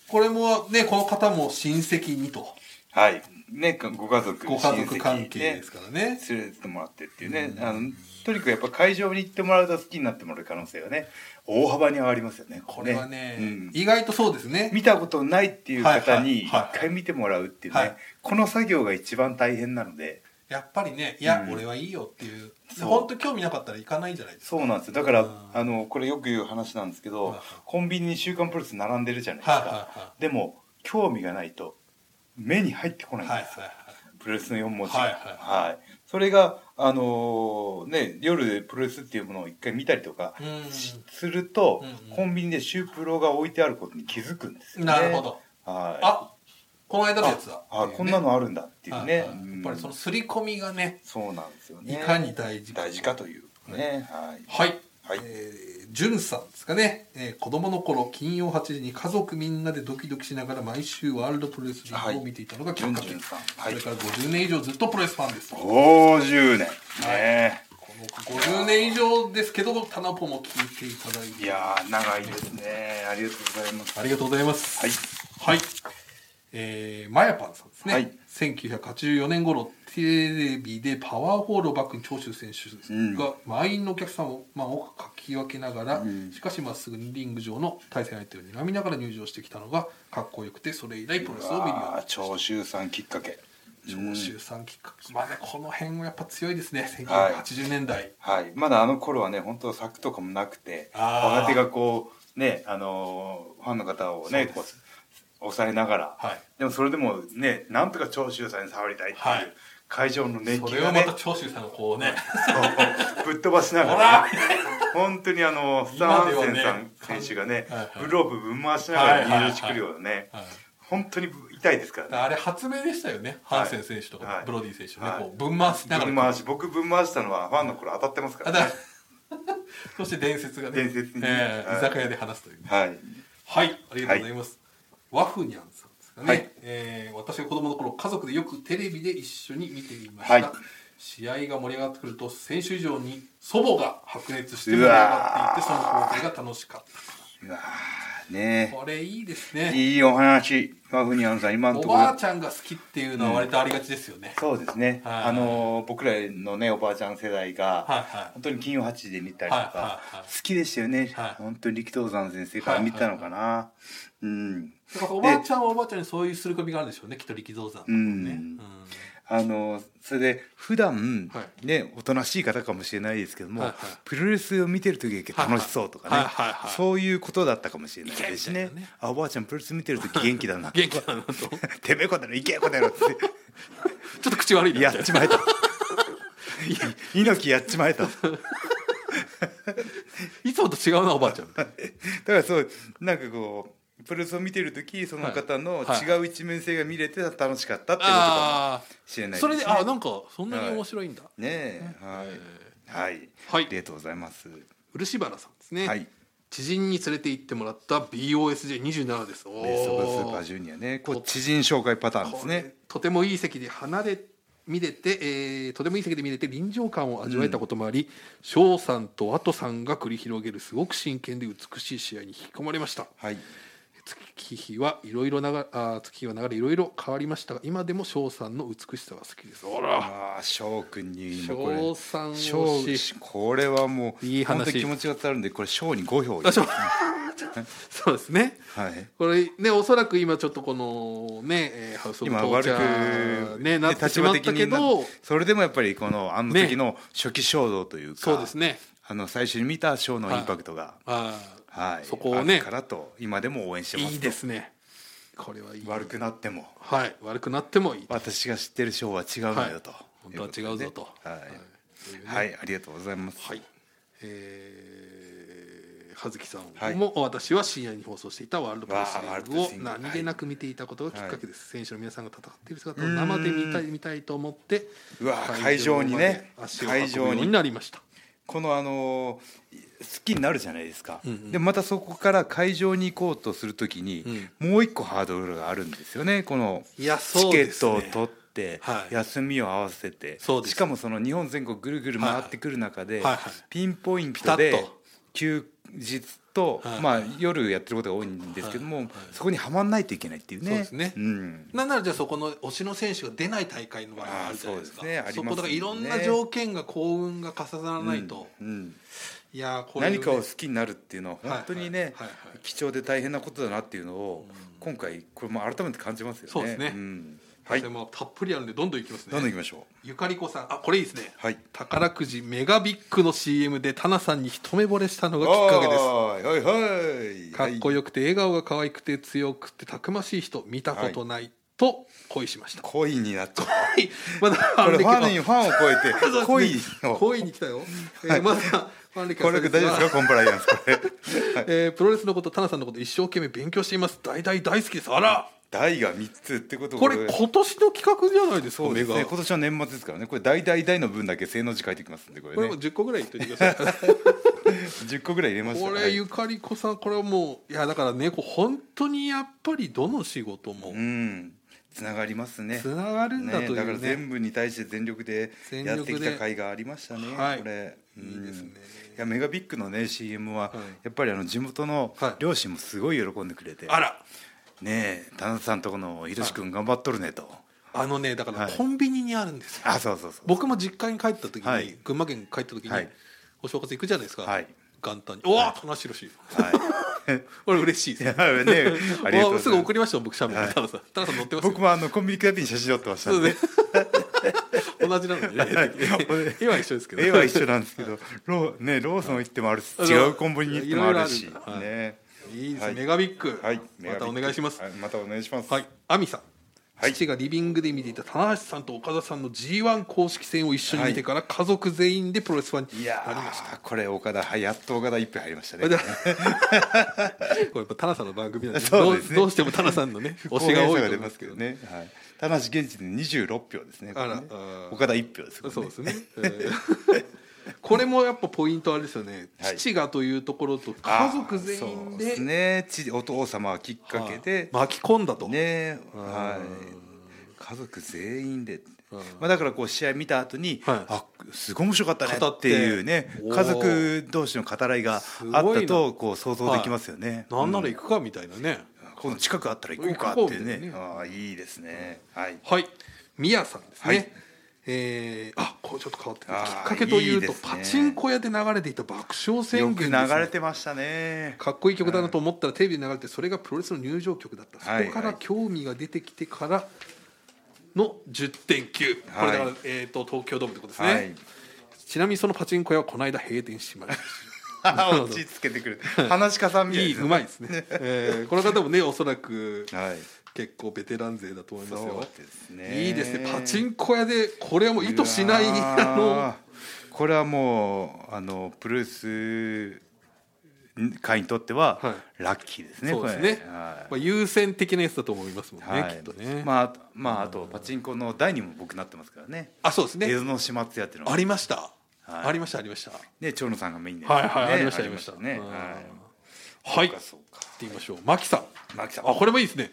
Speaker 2: これもねこの方も親戚にと
Speaker 1: はい。ね、ご家族、
Speaker 2: ご家族関係です
Speaker 1: か
Speaker 2: からね
Speaker 1: 連れてってもらってっていうね、あの、とにかくやっぱ会場に行ってもらうと好きになってもらう可能性がね大幅に上がりますよね
Speaker 2: これはね
Speaker 1: うん
Speaker 2: 意外とそうですね
Speaker 1: 見たことないっていう方に
Speaker 2: はい
Speaker 1: 一
Speaker 2: はいはい
Speaker 1: 回見てもらうっていうね、
Speaker 2: はい
Speaker 1: この作業が一番大変なので
Speaker 2: やっぱりねいや、
Speaker 1: うん
Speaker 2: 俺はいいよっていう
Speaker 1: そう
Speaker 2: 本当興味なかったら行かないんじゃないですか
Speaker 1: そうなんですよだから、
Speaker 2: うん
Speaker 1: あのこれよく言う話なんですけど、
Speaker 2: はいはい
Speaker 1: コンビニに「週刊プロレス」並んでるじゃないですか、
Speaker 2: はいはいはい
Speaker 1: でも興味がないと目に入ってこないんですよ、
Speaker 2: はいはいはい
Speaker 1: プロレスの4文字が
Speaker 2: は
Speaker 1: はいい、
Speaker 2: は
Speaker 1: それがあのーね夜でプロレスっていうものを一回見たりとか
Speaker 2: うん
Speaker 1: しすると、
Speaker 2: うんうん
Speaker 1: コンビニでシュープロが置いてあることに気づくんですよね
Speaker 2: なるほど
Speaker 1: はい
Speaker 2: あこの間のやつだ
Speaker 1: あ
Speaker 2: っていうね
Speaker 1: こんなのあるんだっていうね、
Speaker 2: はいはいやっぱりその刷り込みがね
Speaker 1: そうなんですよ
Speaker 2: い
Speaker 1: ね
Speaker 2: かに大事か
Speaker 1: 大事かというね、はい
Speaker 2: はい、
Speaker 1: はい
Speaker 2: えー、じゅんさんですかね、えー、子供の頃金曜8時に家族みんなでドキドキしながら毎週ワールドプロレスリーグを見ていたのがきっか
Speaker 1: はい
Speaker 2: け、
Speaker 1: じゅんさん
Speaker 2: そ
Speaker 1: はい
Speaker 2: れから50年以上ずっとプロレスファンですとこ
Speaker 1: 50年ね、
Speaker 2: の50年以上ですけどタナポも聞いていただい
Speaker 1: い、
Speaker 2: て
Speaker 1: やー長いですねありがとうございます
Speaker 2: ありがとうございます
Speaker 1: はい
Speaker 2: はい、えー、マヤパンさんですね、
Speaker 1: はい
Speaker 2: 1984年頃テレビでパワーホールをバックに長州選手が満員のお客様を,、まあ、をかき分けながら、
Speaker 1: うん
Speaker 2: しかしまっすぐにリング上の対戦相手を睨みながら入場してきたのがかっこよくてそれ以来プロレスを見るようになり
Speaker 1: あ
Speaker 2: ま
Speaker 1: あ長州さんきっかけ
Speaker 2: 長州さんきっかけ、まあね、この辺はやっぱ強いですね
Speaker 1: はい
Speaker 2: 1980年代、
Speaker 1: はい、まだあの頃はね本当柵とかもなくて
Speaker 2: あー
Speaker 1: 若手がこうねあのーファンの方をねこ
Speaker 2: そう
Speaker 1: う
Speaker 2: です
Speaker 1: 抑えながら、
Speaker 2: はい
Speaker 1: でもそれでもねなんとか長州さんに触りたいっていう、
Speaker 2: はい
Speaker 1: 会場の熱
Speaker 2: そ
Speaker 1: 気
Speaker 2: れを
Speaker 1: が
Speaker 2: ま
Speaker 1: ね
Speaker 2: た長州さんがこうね
Speaker 1: そうぶっ飛ばしなが
Speaker 2: ほら
Speaker 1: ら、ね、本当にあのスター・ハンセンさん選手がね
Speaker 2: 今ではね
Speaker 1: グローブぶん回しながら入場してくるようなね、
Speaker 2: はい
Speaker 1: 本当に痛いですからね
Speaker 2: あれ発明でしたよね、
Speaker 1: はい
Speaker 2: ハンセン選手とか
Speaker 1: はい
Speaker 2: ブロディ選手ね、
Speaker 1: はい
Speaker 2: こうぶん回しなが
Speaker 1: ぶ
Speaker 2: ら
Speaker 1: ん回し僕ぶん回したのはファンの頃当たってますか
Speaker 2: あ
Speaker 1: らね
Speaker 2: だ そして伝説がね
Speaker 1: 伝説にね
Speaker 2: えー
Speaker 1: はい
Speaker 2: 居酒屋で話すというね
Speaker 1: はい
Speaker 2: はいありがとうございます、ワフニャンさんですかね、
Speaker 1: はい
Speaker 2: えー私が子供の頃家族でよくテレビで一緒に見ていました、
Speaker 1: はい
Speaker 2: 試合が盛り上がってくると選手以上に祖母が白熱して
Speaker 1: う
Speaker 2: 盛り上が
Speaker 1: わ
Speaker 2: っ
Speaker 1: ー
Speaker 2: ていてその光景が楽しかっ
Speaker 1: うわーね
Speaker 2: たこれいいですね
Speaker 1: いいお話、ワフニャンさん、今の
Speaker 2: お
Speaker 1: ところ
Speaker 2: ばあ。ちゃんが好きっていうのは割とありがちですよね、
Speaker 1: そうですね。
Speaker 2: はい
Speaker 1: あの僕らのねおばあちゃん世代が、
Speaker 2: はいはい
Speaker 1: 本当に金曜8時で見たりとか、
Speaker 2: はいはいはい
Speaker 1: 好きでしたよね。
Speaker 2: はい
Speaker 1: 本当に力道山先生から見たのかな。うん。
Speaker 2: だからおばあちゃんはおばあちゃんにそういうする組があるんでしょうねきっと力道山とかもね、
Speaker 1: うん
Speaker 2: うん
Speaker 1: あのそれで普段、
Speaker 2: は
Speaker 1: ねおとなしい方かもしれないですけども、
Speaker 2: はいはい
Speaker 1: プロレスを見てる時だけ楽しそうとかね、
Speaker 2: はいはいはいはい
Speaker 1: そういうことだったかもしれないですし
Speaker 2: いけ
Speaker 1: ね
Speaker 2: みたいなね
Speaker 1: あおばあちゃんプロレス見てる時元気だな
Speaker 2: 元気だなとちょっ
Speaker 1: てめえこだろいけこだろって
Speaker 2: と口悪いな
Speaker 1: やっちまえた。 い猪木やっちまえた。だか
Speaker 2: いつもと違うなおばあちゃん
Speaker 1: らそうなんかこうプロレスを見てる時その方の
Speaker 2: はい
Speaker 1: 違う一面性が見れて楽しかったっていうことか
Speaker 2: あ
Speaker 1: もしれ
Speaker 2: あ
Speaker 1: ない
Speaker 2: それ
Speaker 1: ね
Speaker 2: であなんかそんなに面白いんだ、
Speaker 1: ねえはいはい
Speaker 2: はい
Speaker 1: ありがとうございます。
Speaker 2: 漆原さんですね、
Speaker 1: はい。
Speaker 2: 知人に連れて行ってもらった BOSJ27 ですおー
Speaker 1: レースオブスーパージュニアね、こう知人紹介パターンです
Speaker 2: こ
Speaker 1: ね
Speaker 2: れ。とてもいい席で離れ見れて、えーとてもいい席で見れて臨場感を味わえたこともあり翔、さんとアトさんが繰り広げるすごく真剣で美しい試合に引き込まれました
Speaker 1: はい。
Speaker 2: 月日はいろいろながあー月日は流れいろいろ変わりましたが今でも翔さんの美しさが好きですあら
Speaker 1: ああ翔くんに今これ。
Speaker 2: 翔さん
Speaker 1: 翔
Speaker 2: 推し
Speaker 1: これはもう
Speaker 2: いい話
Speaker 1: 本当に気持ちが伝わるんでこれ翔に5票
Speaker 2: あそう そうですね
Speaker 1: はい
Speaker 2: これねおそらく今ちょっとこのねえーハウス・オブ・ト
Speaker 1: 今
Speaker 2: ー
Speaker 1: 悪
Speaker 2: チ
Speaker 1: く
Speaker 2: ャーねなってしまったけ
Speaker 1: な
Speaker 2: ど
Speaker 1: それでもやっぱりこのあの時の初期衝動というか、
Speaker 2: そうですね
Speaker 1: あの最初に見たショーのインパクトが、
Speaker 2: あー
Speaker 1: はい
Speaker 2: そこを
Speaker 1: あ
Speaker 2: ね
Speaker 1: るからと今でも応援してます
Speaker 2: いいですねこれはいい
Speaker 1: 悪くなっても
Speaker 2: はい悪くなってもいい
Speaker 1: 私が知ってるショーは違うのよと、
Speaker 2: はい本当は違うぞと
Speaker 1: はい
Speaker 2: はい
Speaker 1: はい、ありがとうございます
Speaker 2: はい。えー、葉月さんも、
Speaker 1: はい
Speaker 2: 私は深夜に放送していたワールドプレス
Speaker 1: わあワールド
Speaker 2: リ
Speaker 1: プレ
Speaker 2: ー
Speaker 1: スリ
Speaker 2: グ
Speaker 1: ング
Speaker 2: を何気なく見ていたことがきっかけです、選手の皆さんが戦っている姿を生で見たい見たいと思って
Speaker 1: うわあ会場にね
Speaker 2: 会場に足を運ぶ
Speaker 1: 会場に
Speaker 2: ようになりました
Speaker 1: このあのー好きになるじゃないですか、でまたそこから会場に行こうとするときに、もう一個ハードルがあるんですよねこの
Speaker 2: いや
Speaker 1: チケットを取って。
Speaker 2: はい
Speaker 1: 休みを合わせて、
Speaker 2: そうです
Speaker 1: しかもその日本全国ぐるぐる回ってくる中で、
Speaker 2: はいはい
Speaker 1: ピンポイントで
Speaker 2: ピタッと
Speaker 1: 休実と、
Speaker 2: はい
Speaker 1: まあ、夜やってることが多いんですけども、そこにはまんないといけないっていうね。
Speaker 2: そうですね
Speaker 1: ん
Speaker 2: なんならじゃあそこの推しの選手が出ない大会の場合もあるじゃないですか
Speaker 1: あーそうですねありますね
Speaker 2: そこだからいろんな条件が幸運が重ならないと、
Speaker 1: うん
Speaker 2: いやーこれ、ね、
Speaker 1: 何かを好きになるっていうのは本当にね、
Speaker 2: はいはいはいはい
Speaker 1: 貴重で大変なことだなっていうのを、今回これも改めて感じますよね。
Speaker 2: そうですね
Speaker 1: んは、
Speaker 2: はいい、
Speaker 1: どん
Speaker 2: もたっぷりあるんでどんどんいきますね
Speaker 1: どん行きましょ
Speaker 2: ゆかりこさんあこれいいですね、
Speaker 1: はい
Speaker 2: 宝くじメガビッグの CM でタナさんに一目惚れしたの
Speaker 1: う。
Speaker 2: がきっかけです
Speaker 1: はいはいはい。
Speaker 2: かっこ
Speaker 1: はい
Speaker 2: よくて笑顔が可愛くて強くてたくましい人見たことないと恋しました、
Speaker 1: 恋になっちゃう。
Speaker 2: はい、まだフ
Speaker 1: こ
Speaker 2: ァン
Speaker 1: れ
Speaker 2: 歴
Speaker 1: フ
Speaker 2: は
Speaker 1: ァンにファンを超えて
Speaker 2: そう
Speaker 1: 恋
Speaker 2: ですね
Speaker 1: を。
Speaker 2: 恋に来たよ、えー、まだファン歴
Speaker 1: こ
Speaker 2: は
Speaker 1: れ大
Speaker 2: そう
Speaker 1: 丈夫です
Speaker 2: が
Speaker 1: かコンプライアンスこれ。
Speaker 2: えープロレスのことタナさんのこと一生懸命勉強しています大大大好きですあら
Speaker 1: 台が三つってことは
Speaker 2: これ今年の企画じゃないですか
Speaker 1: そうです
Speaker 2: メ
Speaker 1: ね
Speaker 2: ガ
Speaker 1: 今年は年末ですからねこれ大大大の分だけ正の字書いてきますんでこれ
Speaker 2: これも
Speaker 1: ね
Speaker 2: 10個ぐらい言っといて ください
Speaker 1: 10個ぐらい入れました
Speaker 2: こ
Speaker 1: ね
Speaker 2: れゆかりこさんこれはもういやだからねこう本当にやっぱりどの仕事も
Speaker 1: うんつながりますね
Speaker 2: つながるんだという
Speaker 1: ねだ
Speaker 2: ね
Speaker 1: から全部に対して全力で
Speaker 2: 全
Speaker 1: やっ
Speaker 2: 力
Speaker 1: て
Speaker 2: で
Speaker 1: きた甲斐がありましたね、
Speaker 2: はい
Speaker 1: これ、うん
Speaker 2: いいですね
Speaker 1: いやメガビッグのね CM は、
Speaker 2: い
Speaker 1: やっぱりあの地元の
Speaker 2: はい
Speaker 1: 両親もすごい喜んでくれて、
Speaker 2: あら
Speaker 1: ねえ田中さんとこのひろし君頑張っとるねと、
Speaker 2: あのねだから
Speaker 1: はい
Speaker 2: コンビニにあるんですよ、
Speaker 1: あそうそうそう
Speaker 2: 僕も実家に帰った時に、
Speaker 1: はい
Speaker 2: 群馬県に帰った時に、
Speaker 1: はい
Speaker 2: お正月行くじゃないですか、
Speaker 1: はい
Speaker 2: 元旦におわ田無宏
Speaker 1: はい
Speaker 2: これ嬉しいです
Speaker 1: いやねありがとうございます
Speaker 2: すぐ送りましたもん僕しゃべったらさたらさん乗ってますよ
Speaker 1: 僕もあのコンビニクラピーに写真撮ってました
Speaker 2: そ
Speaker 1: ん
Speaker 2: う
Speaker 1: で、
Speaker 2: ね 同じなのでね
Speaker 1: はい
Speaker 2: 絵は一緒ですけど
Speaker 1: 絵は一緒なんですけど、ローねローソン行ってもあるし、違うコンビニ行ってもあるし、
Speaker 2: いろいろあるんだはい
Speaker 1: ね。
Speaker 2: いいですね、
Speaker 1: はい
Speaker 2: メガビッグ、
Speaker 1: はい、
Speaker 2: またお願いします
Speaker 1: は。またお願いします。
Speaker 2: はい、亜美さん、
Speaker 1: はい
Speaker 2: 父がリビングで見ていた棚橋さんと岡田さんの G1 公式戦を一緒に見てから家族全員でプロレスファン
Speaker 1: い
Speaker 2: に
Speaker 1: や
Speaker 2: なりました
Speaker 1: ー、これ岡田、はい、やっと岡田一票入りました
Speaker 2: これ
Speaker 1: ね。
Speaker 2: やっぱタナさんの番組なん で
Speaker 1: そ
Speaker 2: ど
Speaker 1: う
Speaker 2: う
Speaker 1: ですね
Speaker 2: どうしてもタナさん のね推しが多いと思
Speaker 1: 出
Speaker 2: い
Speaker 1: ま
Speaker 2: ますす
Speaker 1: け
Speaker 2: け
Speaker 1: ど
Speaker 2: どね
Speaker 1: ね。はい。田無現地で二十六票ですね。
Speaker 2: あら
Speaker 1: これね
Speaker 2: あー
Speaker 1: 岡田一票です、
Speaker 2: そうです
Speaker 1: ね。
Speaker 2: ね、えー これもやっぱポイントあれですよね、
Speaker 1: はい
Speaker 2: 父がというところと家族全員
Speaker 1: あー
Speaker 2: で
Speaker 1: そうすね、ちお父様きっかけで、
Speaker 2: 巻き込んだと、
Speaker 1: ねはい家族全員で、
Speaker 2: うん
Speaker 1: まあ、だからこう試合見た後に、
Speaker 2: はい
Speaker 1: あすごい面白かったね
Speaker 2: 語っ
Speaker 1: ってていうね
Speaker 2: おー
Speaker 1: 家族同士の語らいがあっ
Speaker 2: すご
Speaker 1: た
Speaker 2: い
Speaker 1: と
Speaker 2: な
Speaker 1: こう想像できますよね、
Speaker 2: なんなら行くかみたいなね、
Speaker 1: この近くあったら行こうか
Speaker 2: 行こ
Speaker 1: っ
Speaker 2: う
Speaker 1: て
Speaker 2: みたい
Speaker 1: ね
Speaker 2: なね
Speaker 1: ああいいですね、はい
Speaker 2: はい、みやさんですね。
Speaker 1: はい
Speaker 2: えーあこれちょっと変わってくる
Speaker 1: あー
Speaker 2: きっかけという
Speaker 1: いい
Speaker 2: と
Speaker 1: ですね
Speaker 2: パチンコ屋で流れていた爆笑宣
Speaker 1: よ
Speaker 2: 言
Speaker 1: く
Speaker 2: です
Speaker 1: 流
Speaker 2: ね
Speaker 1: れてましたね
Speaker 2: かっこいい曲だなと思ったらテレビで流れてそれがプロレスの入場曲だった
Speaker 1: はい
Speaker 2: そこから興味が出てきてからの10.9、
Speaker 1: はい
Speaker 2: これだから、えー、と東京ドームってことですね、
Speaker 1: はい
Speaker 2: ちなみにそのパチンコ屋はこの間閉店しました
Speaker 1: 落ち着けてくる話し家さんみたい
Speaker 2: いい
Speaker 1: で すね
Speaker 2: うまいですね、えーこの方もねおそらく
Speaker 1: はい
Speaker 2: 結構ベテラン勢だと思いますよ
Speaker 1: そうですね
Speaker 2: いいですねパチンコ屋でこれはもう意図しないう あの
Speaker 1: わーこれはもうあのプロレス会にとっては、
Speaker 2: は
Speaker 1: ラッキーですね
Speaker 2: そうですね
Speaker 1: これは
Speaker 2: まあ、優先的なやつだと思いますもんね、
Speaker 1: いはい
Speaker 2: きっとね、
Speaker 1: まああとまああとパチンコの台にも僕なってますからね
Speaker 2: あそうです
Speaker 1: 江
Speaker 2: ね
Speaker 1: 戸の始末屋っていうの
Speaker 2: あ
Speaker 1: は
Speaker 2: りました、
Speaker 1: はい
Speaker 2: ありましたありました
Speaker 1: ね長野さんがメインで、
Speaker 2: はいはい、
Speaker 1: ね
Speaker 2: ありましたありました
Speaker 1: ね
Speaker 2: うん
Speaker 1: は
Speaker 2: はいい行っ
Speaker 1: そうか
Speaker 2: てみましょうマキさん
Speaker 1: マキさん
Speaker 2: あこれもいいですね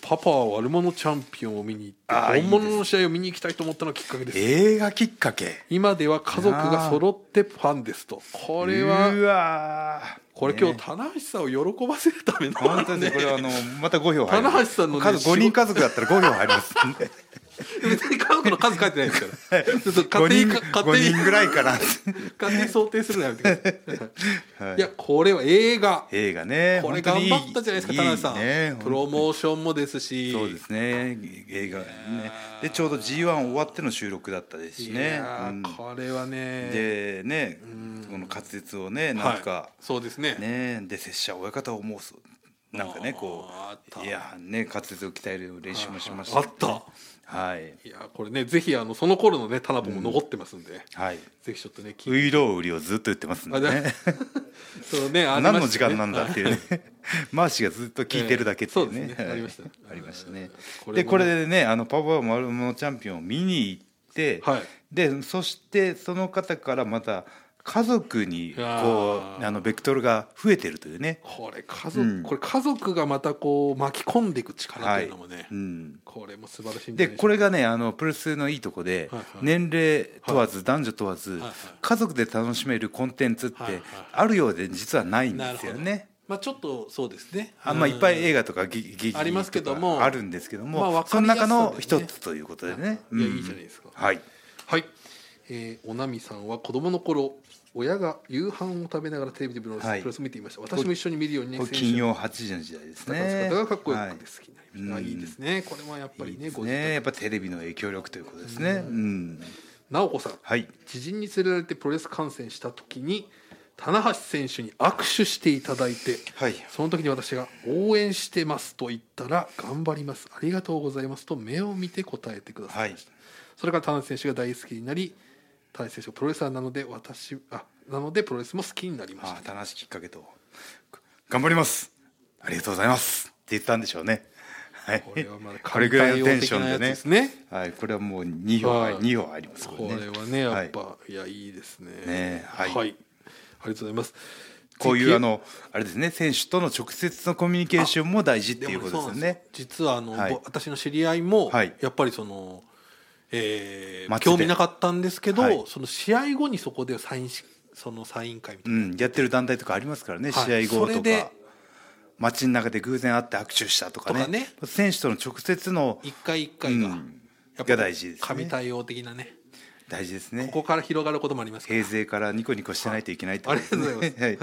Speaker 2: パパは悪者チャンピオンを見に行
Speaker 1: あ
Speaker 2: っ
Speaker 1: ー
Speaker 2: て
Speaker 1: いいです
Speaker 2: 本物の試合を見に行きたいと思ったのがきっかけです
Speaker 1: 映画きっかけ
Speaker 2: 今では家族が揃ってファンですとこれは
Speaker 1: うわー
Speaker 2: これ今日
Speaker 1: ね
Speaker 2: 棚橋さんを喜ばせるための
Speaker 1: 本当ですねこれは あのまた5票入る
Speaker 2: 棚橋さんのね
Speaker 1: 家族5人家族だったら5票入りますんで
Speaker 2: 別に家族の数書いてないですからちょっと勝
Speaker 1: 5
Speaker 2: 手に
Speaker 1: 人
Speaker 2: か勝
Speaker 1: 5
Speaker 2: 手に
Speaker 1: 人ぐらいかな
Speaker 2: 勝手に想定するのやめてください
Speaker 1: はい
Speaker 2: いやこれは映画
Speaker 1: 映画ね
Speaker 2: これ
Speaker 1: 本当
Speaker 2: 頑
Speaker 1: に
Speaker 2: 張ったじゃないですか田中さん
Speaker 1: ね
Speaker 2: プロモーションもですし
Speaker 1: そうですね映画ねでちょうど g 1終わっての収録だったですし
Speaker 2: い
Speaker 1: ね、
Speaker 2: やー
Speaker 1: うん
Speaker 2: これはね
Speaker 1: でねこの滑舌をね
Speaker 2: はい
Speaker 1: なんか、
Speaker 2: そうですね
Speaker 1: ねで拙者親方を申すなんかねこ
Speaker 2: あーあった
Speaker 1: ういやね滑舌を鍛える練習もしました
Speaker 2: あった
Speaker 1: はい
Speaker 2: いやこれねぜひあのその頃のねタナポも残ってますんで、
Speaker 1: はい
Speaker 2: ぜひちょっとね聞い
Speaker 1: ウイロウリをずっと言ってますんで
Speaker 2: あ
Speaker 1: ね
Speaker 2: でそのねありましたね
Speaker 1: 何の時間なんだって いうねマーシーがずっと聞いてるだけっていうね,、
Speaker 2: ええそうですね
Speaker 1: はい
Speaker 2: ありましたね
Speaker 1: ありましたね
Speaker 2: これもね
Speaker 1: でこれでねあのパパは丸物チャンピオンを見に行って、
Speaker 2: はい
Speaker 1: でそしてその方からまた家族にこう
Speaker 2: あ
Speaker 1: あ
Speaker 2: ー
Speaker 1: のベクトルが増えてるというね、
Speaker 2: これ家族、
Speaker 1: うん
Speaker 2: これ家族がまたこう巻き込んでいく力というのもね、
Speaker 1: うん、
Speaker 2: これも素晴らしいんじゃ
Speaker 1: で
Speaker 2: ないしょ
Speaker 1: こ
Speaker 2: うか
Speaker 1: れがねあのプルスのいいとこで、
Speaker 2: はいはい
Speaker 1: 年齢問わず、男女問わず、
Speaker 2: いはい
Speaker 1: 家族で楽しめるコンテンツって
Speaker 2: はいはい
Speaker 1: あるようで実はないんですよ
Speaker 2: なる
Speaker 1: ね。
Speaker 2: まあちょっとそうですね
Speaker 1: あんまいっぱい映
Speaker 2: 画
Speaker 1: 画とか劇劇とか
Speaker 2: ありますけども
Speaker 1: あるんですけども、
Speaker 2: まあわ
Speaker 1: そ
Speaker 2: か
Speaker 1: の
Speaker 2: りやす
Speaker 1: 中
Speaker 2: さ
Speaker 1: の
Speaker 2: ですね
Speaker 1: 一つということでね。
Speaker 2: いや
Speaker 1: うん
Speaker 2: いいじゃないですか
Speaker 1: はい。
Speaker 2: はい、えー、おなみさんは子供の頃親が夕飯を食べながらテレビでプロレス,、
Speaker 1: はい
Speaker 2: プロレス見ていました私も一緒に見るようにね
Speaker 1: これ
Speaker 2: 先週
Speaker 1: 金曜8時の時代です
Speaker 2: 高津
Speaker 1: ね。
Speaker 2: 方がかっこよ
Speaker 1: は
Speaker 2: く
Speaker 1: い
Speaker 2: て好きになりました、
Speaker 1: はい
Speaker 2: あいいですねこれはやっぱ
Speaker 1: い
Speaker 2: り
Speaker 1: い
Speaker 2: ね
Speaker 1: です
Speaker 2: ご自
Speaker 1: ね。や
Speaker 2: 宅
Speaker 1: っぱテレビの影響力ということですね。うん。
Speaker 2: 直子さん、
Speaker 1: はい。
Speaker 2: 知人に連れられてプロレス観戦した時に棚橋選手に握手していただいて
Speaker 1: はい。
Speaker 2: その時に私が「応援してます」と言ったら「頑張りますありがとうございます」と目を見て答えてくださいました、それから田中選手が大好きになり田中選手はプロレスラーなので私あなのでプロレスも好きになりまし
Speaker 1: あ
Speaker 2: た
Speaker 1: あ、楽しきっかけと。頑張ります。ありがとうございます。って言ったんでしょうね。はい。
Speaker 2: これはまだ
Speaker 1: これぐらいのテンションでね。
Speaker 2: ね
Speaker 1: はい、これはもう二票、
Speaker 2: はい
Speaker 1: 二票あります。
Speaker 2: これはねやっぱ、い、やいいですね
Speaker 1: ねはい
Speaker 2: ありがとうございます
Speaker 1: こういうあのあれですね選手との直接のコミュニケーションも大事っていうことですよ
Speaker 2: もそうなん
Speaker 1: ね
Speaker 2: で。すよ実はあの、
Speaker 1: はい
Speaker 2: ぼ私の知り合いも、
Speaker 1: はい
Speaker 2: やっぱりその、えー
Speaker 1: 待ってて
Speaker 2: 興味なかったんですけど、
Speaker 1: はい
Speaker 2: その試合後にそこでサインしそのサイン会みた
Speaker 1: う
Speaker 2: いな、
Speaker 1: ん、やってる団体とかありますからね、
Speaker 2: はい
Speaker 1: 試合後
Speaker 2: それ
Speaker 1: と
Speaker 2: で
Speaker 1: か街の中で偶然会って握手したとかね
Speaker 2: とかね
Speaker 1: 選手との直接の
Speaker 2: 一回一回が、
Speaker 1: うん
Speaker 2: やっぱ
Speaker 1: が大事ですね
Speaker 2: 神対応的なね
Speaker 1: 大事です
Speaker 2: こ
Speaker 1: ね
Speaker 2: こから広がることもありますから
Speaker 1: 平勢からニコニコしてないといけないって
Speaker 2: あ
Speaker 1: こ
Speaker 2: りがとうございま
Speaker 1: ですすね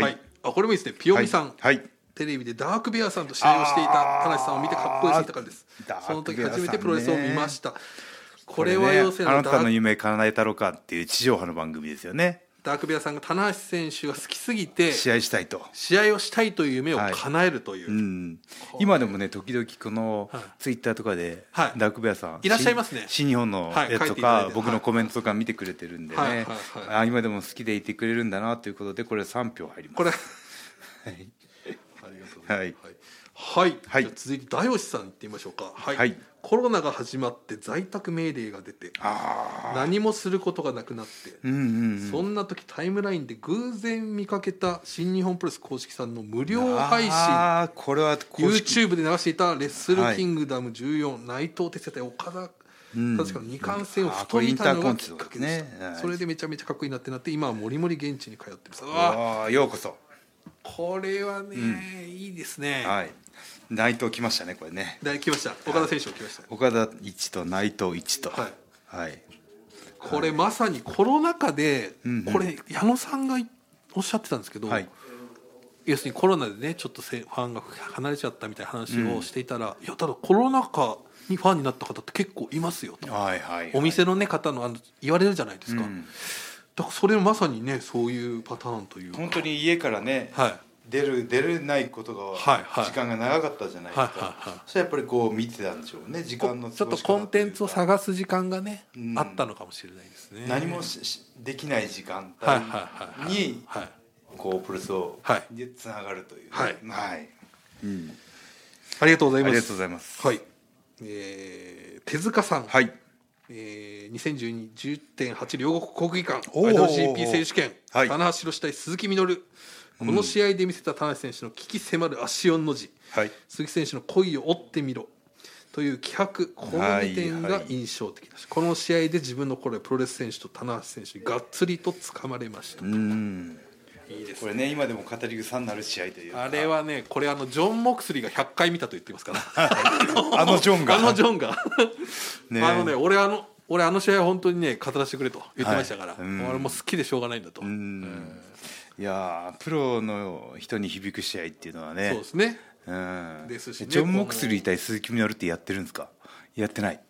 Speaker 1: はいい
Speaker 2: はいあこれもいいですねピヨミさん、
Speaker 1: はいはい
Speaker 2: テレビでダークベアさんと試合をしていた田無さんを見てかっこよすぎたからです
Speaker 1: ダークベアさんね
Speaker 2: その時初めてプロレスを見ましたこれは要する
Speaker 1: これね
Speaker 2: に
Speaker 1: あなたの夢叶えたろかっていう地上波の番組ですよね
Speaker 2: ダークベアさんが棚橋選手が好きすぎて
Speaker 1: 試合したいと。
Speaker 2: 試合をしたいという夢を叶えるという、
Speaker 1: うん、今でもね時々この
Speaker 2: はい
Speaker 1: ツイッターとかで、
Speaker 2: はい
Speaker 1: ダークベアさん
Speaker 2: いらっしゃいますね
Speaker 1: 新新日本の
Speaker 2: はい
Speaker 1: やつ
Speaker 2: 書い
Speaker 1: と
Speaker 2: ていただい
Speaker 1: か、
Speaker 2: て
Speaker 1: 僕
Speaker 2: は
Speaker 1: の
Speaker 2: い
Speaker 1: コメントとか見てくれてるんでね、
Speaker 2: はいはいはい
Speaker 1: あ今でも好きでいてくれるんだなということでこれ3票入ります
Speaker 2: これ
Speaker 1: はい
Speaker 2: ありがとうござ
Speaker 1: はいい
Speaker 2: ますはい、はい
Speaker 1: はい
Speaker 2: じゃあ続いて大吉さんいってみましょうかはい、
Speaker 1: はい
Speaker 2: コロナが始まって在宅命令が出て
Speaker 1: あ
Speaker 2: 何もすることがなくなって、
Speaker 1: ーうんうん
Speaker 2: そんな時タイムラインで偶然見かけた新日本プロレス公式さんの無料配信
Speaker 1: ああこれは公式
Speaker 2: YouTube で流していた「レッスルキングダム14」内藤哲也対岡田確かの二冠戦をふと見たのがきっかけでし
Speaker 1: うんあこれインターコンチのねは
Speaker 2: た
Speaker 1: い
Speaker 2: それでめちゃめちゃかっこいいなってなって今はもりもり現地に通ってるさあ
Speaker 1: あーようこそ
Speaker 2: これはねいいですね
Speaker 1: はい内藤来ましたねこれね
Speaker 2: で来ました岡田選手も来ました
Speaker 1: 岡田一と内藤一と
Speaker 2: はい、
Speaker 1: はい
Speaker 2: これまさにコロナ禍で
Speaker 1: うんうん
Speaker 2: これ矢野さんがおっしゃってたんですけど
Speaker 1: はい
Speaker 2: 要するにコロナでねちょっとせファンが離れちゃったみたいな話をしていたらいやただコロナ禍にファンになった方って結構いますよと
Speaker 1: はいはい
Speaker 2: お店のね方のあの言われるじゃないですか、
Speaker 1: うん
Speaker 2: だからそれまさにねそういうパターンというか
Speaker 1: 本当に家からね、
Speaker 2: はい
Speaker 1: 出る出れないことが、
Speaker 2: はいはい
Speaker 1: 時間が長かったじゃないですか、
Speaker 2: はいはいはい
Speaker 1: それやっぱりこう見てたんでしょうね時間の
Speaker 2: ちょっとコンテンツを探す時間がね、
Speaker 1: うん
Speaker 2: あったのかもしれないですね
Speaker 1: 何もししできない時間
Speaker 2: はいはいはいは
Speaker 1: 帯
Speaker 2: い
Speaker 1: に
Speaker 2: はい
Speaker 1: こうプルスを
Speaker 2: はい
Speaker 1: でつながるという、
Speaker 2: はい
Speaker 1: うん
Speaker 2: ありがとうご
Speaker 1: あ
Speaker 2: ざ
Speaker 1: り
Speaker 2: い
Speaker 1: が
Speaker 2: ま
Speaker 1: とう
Speaker 2: す
Speaker 1: ございます
Speaker 2: はい、えー手塚さん、
Speaker 1: はい
Speaker 2: えー、2012-10.8両国国技館
Speaker 1: おー
Speaker 2: IWGP 選手権、
Speaker 1: はい
Speaker 2: 棚橋宏対鈴木みのるこの試合で見せた田橋選手の危機迫る足4の字、
Speaker 1: はい
Speaker 2: 鈴木選手の恋を追ってみろという気迫この2点が印象的だし、この試合で自分の頃はプロレス選手と棚橋選手にがっつりと掴まれました、
Speaker 1: うん
Speaker 2: いいです
Speaker 1: これね今でも語り草になる試合というか
Speaker 2: あれはねこれあのジョン・モクスリーが100回見たと言ってますから
Speaker 1: あのジョンが
Speaker 2: あのジョンが、
Speaker 1: ね
Speaker 2: あのね俺あの俺あの試合は本当にね語らせてくれと言ってましたから、
Speaker 1: はいうん
Speaker 2: 俺もう好きでしょうがないんだと、
Speaker 1: うんいやープロの人に響く試合っていうのはね
Speaker 2: そうですね
Speaker 1: うん
Speaker 2: ですしね
Speaker 1: ジョン・モクスリー対鈴木みのるってやってるんですかやってない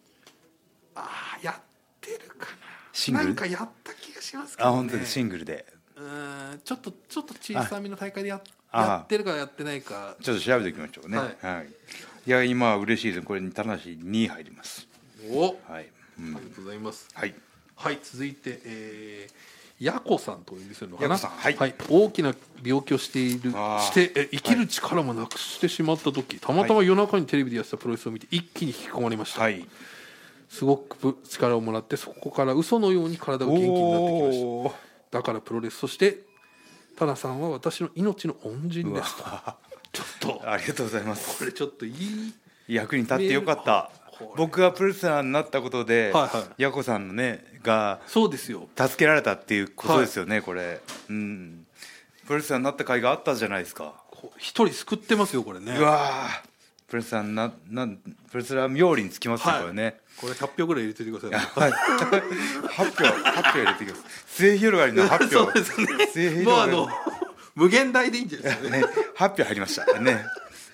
Speaker 2: ああやってるか
Speaker 1: シン
Speaker 2: な
Speaker 1: グル
Speaker 2: なんかやった気がしますけど、
Speaker 1: あ
Speaker 2: ね、
Speaker 1: 本当にシングルで
Speaker 2: うーんちょっとちょっと小さめの大会でや
Speaker 1: あ
Speaker 2: やってるかやってないか
Speaker 1: ちょっと調べておきましょうね
Speaker 2: は
Speaker 1: はいい、い、や今は嬉しいですこれに田無2位入ります
Speaker 2: お、
Speaker 1: はい、う
Speaker 2: あり
Speaker 1: ん
Speaker 2: がとうございます
Speaker 1: はい、
Speaker 2: はい続いてえー、ヤコさんとお呼びするのかな
Speaker 1: ヤコさんはい
Speaker 2: 大きな病気をしている
Speaker 1: あー
Speaker 2: してえ生きる力もなくしてしまった時たまたま夜中にテレビでやってたプロレスを見て一気に引き込まれました、
Speaker 1: はい、
Speaker 2: すごく力をもらってそこから嘘のように体が元気になってきました
Speaker 1: おー
Speaker 2: だからプロレスそしてタナさんは私の命の恩人ですと ちょっと
Speaker 1: ありがとうございます
Speaker 2: これちょっといい
Speaker 1: 役に立ってよかった
Speaker 2: これ
Speaker 1: 僕がプロレスラーになったことで、
Speaker 2: はいはい
Speaker 1: ヤコさんのねが
Speaker 2: そうですよ
Speaker 1: 助けられたっていうことですよね、これ、うん、プロレスラーになった甲斐があったじゃないですか、
Speaker 2: こう一人救ってますよこれね
Speaker 1: うわープロレスラーにななんプロレスラー冥利につきますね、
Speaker 2: はい
Speaker 1: これね
Speaker 2: これ100票ぐらい入れておいてください
Speaker 1: はい発表発表入れていきます末広がりの発
Speaker 2: そう
Speaker 1: 表
Speaker 2: ですね
Speaker 1: 末広
Speaker 2: もう
Speaker 1: が
Speaker 2: あ
Speaker 1: り
Speaker 2: の無限大でいいんじゃないですかね
Speaker 1: ね、発表入りましたね。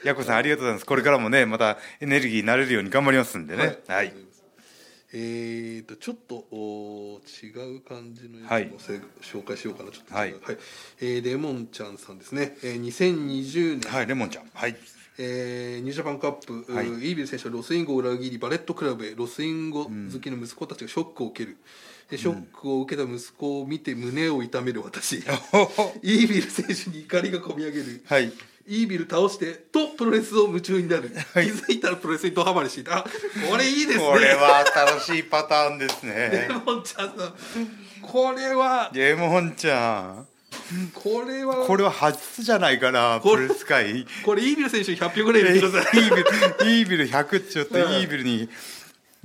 Speaker 1: やこさんありがとうございます。これからもね、またエネルギーになれるように頑張りますんでね。はい。
Speaker 2: えー、とちょっとおー違う感じのやつ
Speaker 1: はい
Speaker 2: もせ、紹介しようかなちょっと違う
Speaker 1: はい
Speaker 2: えーレモンちゃんさんですね、えー、2020年、
Speaker 1: はい、レモンちゃん。はい。
Speaker 2: えーニュージャパンカップ、
Speaker 1: はい
Speaker 2: イービル選手はロスインゴを裏切りバレットクラブへロスインゴ好きの息子たちがショックを受ける、でショックを受けた息子を見て胸を痛める私 イービル選手に怒りがこみ上げる、
Speaker 1: はい。
Speaker 2: イービル倒してとプロレスを夢中にな る、気づいたらプロレスにドハマりしていたあこれいいですね
Speaker 1: これは新しいパターンですね
Speaker 2: レ。モンちゃんのこれは
Speaker 1: レモンちゃん。
Speaker 2: これは
Speaker 1: これは初じゃないかな、プ
Speaker 2: こ
Speaker 1: ロ
Speaker 2: れ
Speaker 1: レス界。イ
Speaker 2: これイービル選手に100票ぐらい入れてください
Speaker 1: ービル、イービル100ちょっと、イ
Speaker 2: うん
Speaker 1: ービルに、イ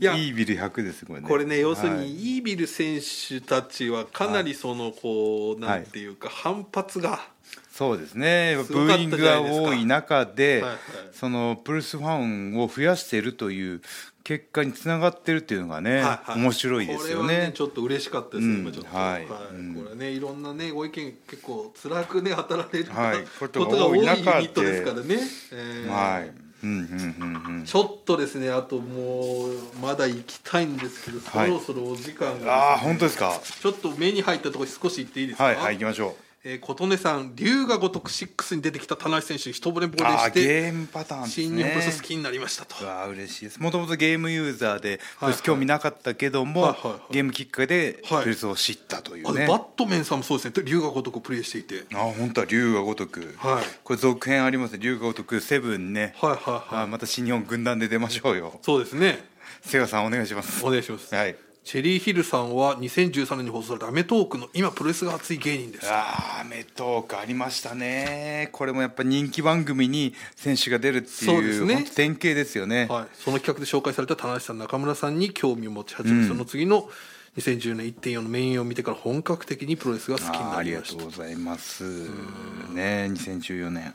Speaker 2: や
Speaker 1: ービル100です、これね。
Speaker 2: これね要する
Speaker 1: はい、
Speaker 2: にイービル選手たちはかなりそのこう
Speaker 1: は
Speaker 2: ないんていうか反発が
Speaker 1: そうですね。やっぱ
Speaker 2: す
Speaker 1: ブ
Speaker 2: ごかっ
Speaker 1: ー
Speaker 2: た
Speaker 1: イ
Speaker 2: じゃ
Speaker 1: ン
Speaker 2: ない
Speaker 1: グ
Speaker 2: ですか
Speaker 1: が多い中で、
Speaker 2: はいはい
Speaker 1: そのプロレスファンを増やしているという結果につながってるっていうのがね、
Speaker 2: はいはい
Speaker 1: 面白いですよ
Speaker 2: これはね
Speaker 1: ね
Speaker 2: ち。ょっと嬉しかったですね
Speaker 1: うん
Speaker 2: 今ちょっと
Speaker 1: はい
Speaker 2: はい
Speaker 1: うん
Speaker 2: これねいろんなねご意見結構辛くね働かれる
Speaker 1: はい
Speaker 2: ことが多いユニットですからねえー
Speaker 1: はい。うんうんうんうん。
Speaker 2: ちょっとですねあともうまだ行きたいんですけどそ
Speaker 1: はい
Speaker 2: ろそろお時間
Speaker 1: ああ
Speaker 2: がですね
Speaker 1: 本当ですか。
Speaker 2: ちょっと目に入ったところ少し言っていいですか、
Speaker 1: はいはい行きましょう。
Speaker 2: えー琴音さん龍が如く6に出てきた田中選手に一ぼれぼれ
Speaker 1: ああ
Speaker 2: し
Speaker 1: ーゲ
Speaker 2: て
Speaker 1: ームパターンですね。
Speaker 2: 新日本プロレス好きになりましたと
Speaker 1: うわー嬉しいですもともとゲームユーザーでプロ
Speaker 2: はい
Speaker 1: レス興味なかったけども、
Speaker 2: はいはいはい
Speaker 1: ゲームきっかけでプ
Speaker 2: はい
Speaker 1: ロレスを知ったとい
Speaker 2: あ
Speaker 1: う
Speaker 2: の
Speaker 1: ね、
Speaker 2: バットメンさんもそうですね龍が如くプレイしていて
Speaker 1: ああ本当は龍が如く、
Speaker 2: はい
Speaker 1: これ続編ありますね龍が如くセブンね、
Speaker 2: はいはい
Speaker 1: あ
Speaker 2: は
Speaker 1: あ
Speaker 2: い
Speaker 1: また新日本軍団で出ましょうよ
Speaker 2: そうですね
Speaker 1: セガさんお願いします
Speaker 2: お願いします、
Speaker 1: はい
Speaker 2: チェリーヒルさんは2013年に放送された『アメトーーク』の今プロレスが熱い芸人です
Speaker 1: あーアメトークありましたねこれもやっぱ人気番組に選手が出るって
Speaker 2: そ
Speaker 1: い
Speaker 2: うです
Speaker 1: う
Speaker 2: ね
Speaker 1: 本当典型ですよね、
Speaker 2: はい、その企画で紹介された田中さん中村さんに興味を持ち始め、その次の2010年1.4のメインを見てから本格的にプロレスが好き
Speaker 1: あ
Speaker 2: に
Speaker 1: ー
Speaker 2: な
Speaker 1: あり
Speaker 2: り
Speaker 1: が
Speaker 2: まし
Speaker 1: と
Speaker 2: た
Speaker 1: うございますね2014年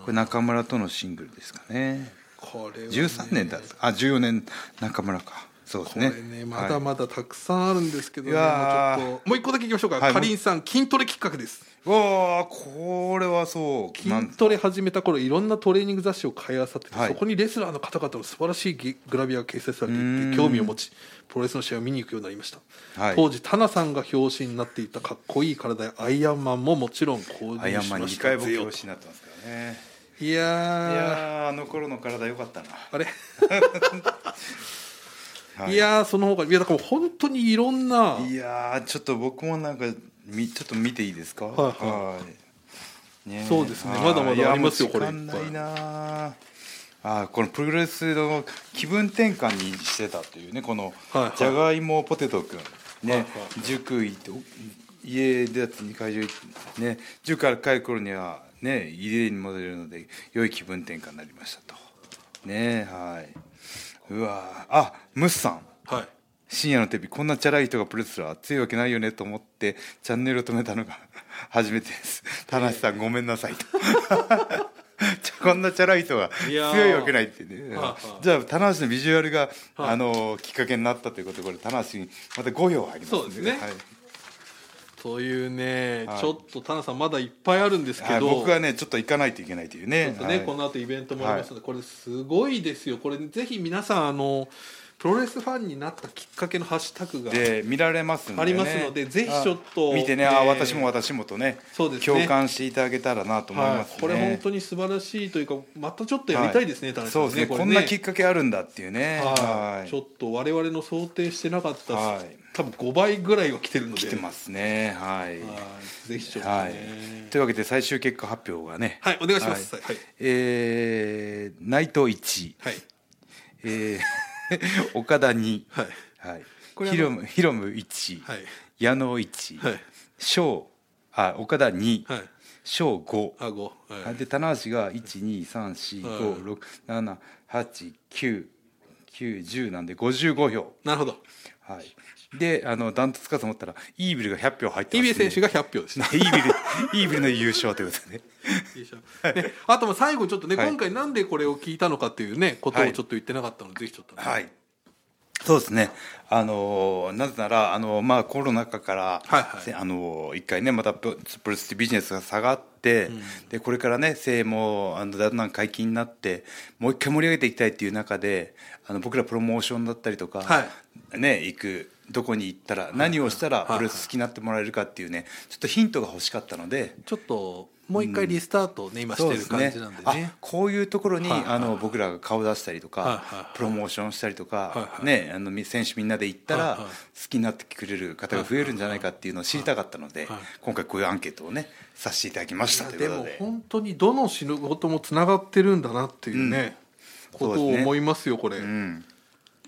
Speaker 1: これ中村とのシングルですかね
Speaker 2: これはね
Speaker 1: 13年だあ14年中村かそうです
Speaker 2: こ
Speaker 1: ね
Speaker 2: れねまだまだたくさんあるんですけどね、
Speaker 1: いやー
Speaker 2: もうちょっともう一個だけいきましょうか、
Speaker 1: はい
Speaker 2: かりんさん筋トレきっかけです
Speaker 1: わあこれはそうなん
Speaker 2: 筋トレ始めた頃いろんなトレーニング雑誌を買い漁ってて、
Speaker 1: はい
Speaker 2: そこにレスラーの方々の素晴らしいゲグラビアが掲載されていて興味を持ちプロレスの試合を見に行くようになりました、
Speaker 1: はい
Speaker 2: 当時タナさんが表紙になっていたかっこいい体やアイアンマンももちろん購
Speaker 1: アイ
Speaker 2: 入
Speaker 1: アン
Speaker 2: し
Speaker 1: マン
Speaker 2: ま
Speaker 1: 2
Speaker 2: した
Speaker 1: 回僕
Speaker 2: ぜよ
Speaker 1: 表紙になってますからね
Speaker 2: い
Speaker 1: い
Speaker 2: やー
Speaker 1: やーあの頃の体良かったな
Speaker 2: あれ、、
Speaker 1: はいい
Speaker 2: やーそのほかいやだから本当にいろんない
Speaker 1: やーちょっと僕もなんかみちょっと見ていいですかはい
Speaker 2: はい
Speaker 1: いねえ
Speaker 2: そうですね
Speaker 1: あー
Speaker 2: まだまだ
Speaker 1: いや
Speaker 2: ありますよ
Speaker 1: もう
Speaker 2: これ
Speaker 1: 時間ないなーあーこのプロレスの気分転換にしてたというねこの
Speaker 2: はいはい
Speaker 1: じゃがいもポテトくんね、
Speaker 2: はいはい
Speaker 1: 塾行って家でやつに会場行ってね塾から帰る頃にはね家に戻れるので良い気分転換になりましたとねえはいうわーあムスさん
Speaker 2: はい
Speaker 1: 深夜のテレビこんなチャラい人がプロレスラー強いわけないよねと思ってチャンネルを止めたのが 初めてです田無さんごめんなさいと ちょこんなチャラい人が
Speaker 2: いやー
Speaker 1: 強いわけないってね
Speaker 2: はあはあ
Speaker 1: じゃあ田無のビジュアルが、
Speaker 2: はあ
Speaker 1: あのきっかけになったということでこれ田無にまた5票入ります
Speaker 2: そうですね
Speaker 1: はい
Speaker 2: というね、
Speaker 1: はい
Speaker 2: ちょっとタナさんまだいっぱいあるんですけ
Speaker 1: はい
Speaker 2: ど、
Speaker 1: 僕はねちょっと行かないといけないというね
Speaker 2: ちょっとね、
Speaker 1: はい
Speaker 2: この後イベントもありますので、これすごいですよこれぜひ皆さんあのプロレスファンになったきっかけのハッシュタグが
Speaker 1: で見られますんで、ね、
Speaker 2: ありますのでぜひちょっと
Speaker 1: あ見てね、
Speaker 2: えー
Speaker 1: あ私も私もとね
Speaker 2: そうですね
Speaker 1: 共感していただけたらなと思い
Speaker 2: は
Speaker 1: ますね、
Speaker 2: い、これ本当に素晴らしいというかまたちょっとやりたいですね、
Speaker 1: は
Speaker 2: 田中さん
Speaker 1: そうですねこ
Speaker 2: れ
Speaker 1: んなきっかけあるんだっていうね
Speaker 2: はい
Speaker 1: はい
Speaker 2: ちょっと我々の想定してなかった、
Speaker 1: はい
Speaker 2: 多分5倍ぐらいは来てるので
Speaker 1: 来てますねはい
Speaker 2: はいぜひちょっとね
Speaker 1: は
Speaker 2: はいい、
Speaker 1: というわけで最終結果発表がね
Speaker 2: お願いしますはい、
Speaker 1: えー内藤1
Speaker 2: はい
Speaker 1: えー岡田2
Speaker 2: はい
Speaker 1: はい
Speaker 2: これあ
Speaker 1: ヒ
Speaker 2: の
Speaker 1: ロムヒロム1
Speaker 2: はい
Speaker 1: 矢野1
Speaker 2: はい
Speaker 1: 小あ岡田2
Speaker 2: はい
Speaker 1: 小5
Speaker 2: あ五はい
Speaker 1: で棚橋が12345678990なんで55票、
Speaker 2: なるほど
Speaker 1: はい、であのダントツかと思ったらイービルが100票入って
Speaker 2: イ
Speaker 1: ます、ね、
Speaker 2: ビエ選手が100票でした
Speaker 1: イービルイービルの優勝ということでね
Speaker 2: ね、あともう最後にちょっとね、
Speaker 1: はい
Speaker 2: 今回なんでこれを聞いたのかっていうねことをちょ
Speaker 1: は
Speaker 2: っ
Speaker 1: い
Speaker 2: と言ってなかったので、ぜひちょっと、ね
Speaker 1: はいそうですねあのーなぜならあのー、まあ、コロナ禍から、
Speaker 2: はいはい
Speaker 1: せあのー一回ねまたププロレスビジネスが下がって、でこれからね声援もあのだんだん解禁になってもう一回盛り上げていきたいっていう中であの僕らプロモーションだったりとか、
Speaker 2: は
Speaker 1: ね、行くどこに行ったら何をしたらプロレス好きになってもらえるかっていうねちょっとヒントが欲しかったので。
Speaker 2: ちょっともう一回リスタートをね、今してる感じなんでね
Speaker 1: そうすあこういうところに、
Speaker 2: はいはいはい
Speaker 1: あの僕らが顔出したりとか、
Speaker 2: はいはいはい
Speaker 1: プロモーションしたりとか、
Speaker 2: はいはい
Speaker 1: ね、あのみ選手みんなで行ったら、
Speaker 2: はいはい
Speaker 1: 好きになってくれる方が増えるんじゃないかっていうのを知りたかったので、
Speaker 2: はいはい
Speaker 1: 今回こういうアンケートをねさせていただきましたとい
Speaker 2: で
Speaker 1: うこと
Speaker 2: も
Speaker 1: で
Speaker 2: 本当にどの仕事もつながってるんだなっていうね、こと
Speaker 1: そう
Speaker 2: を
Speaker 1: ですね
Speaker 2: 思いますよこれ、
Speaker 1: うん、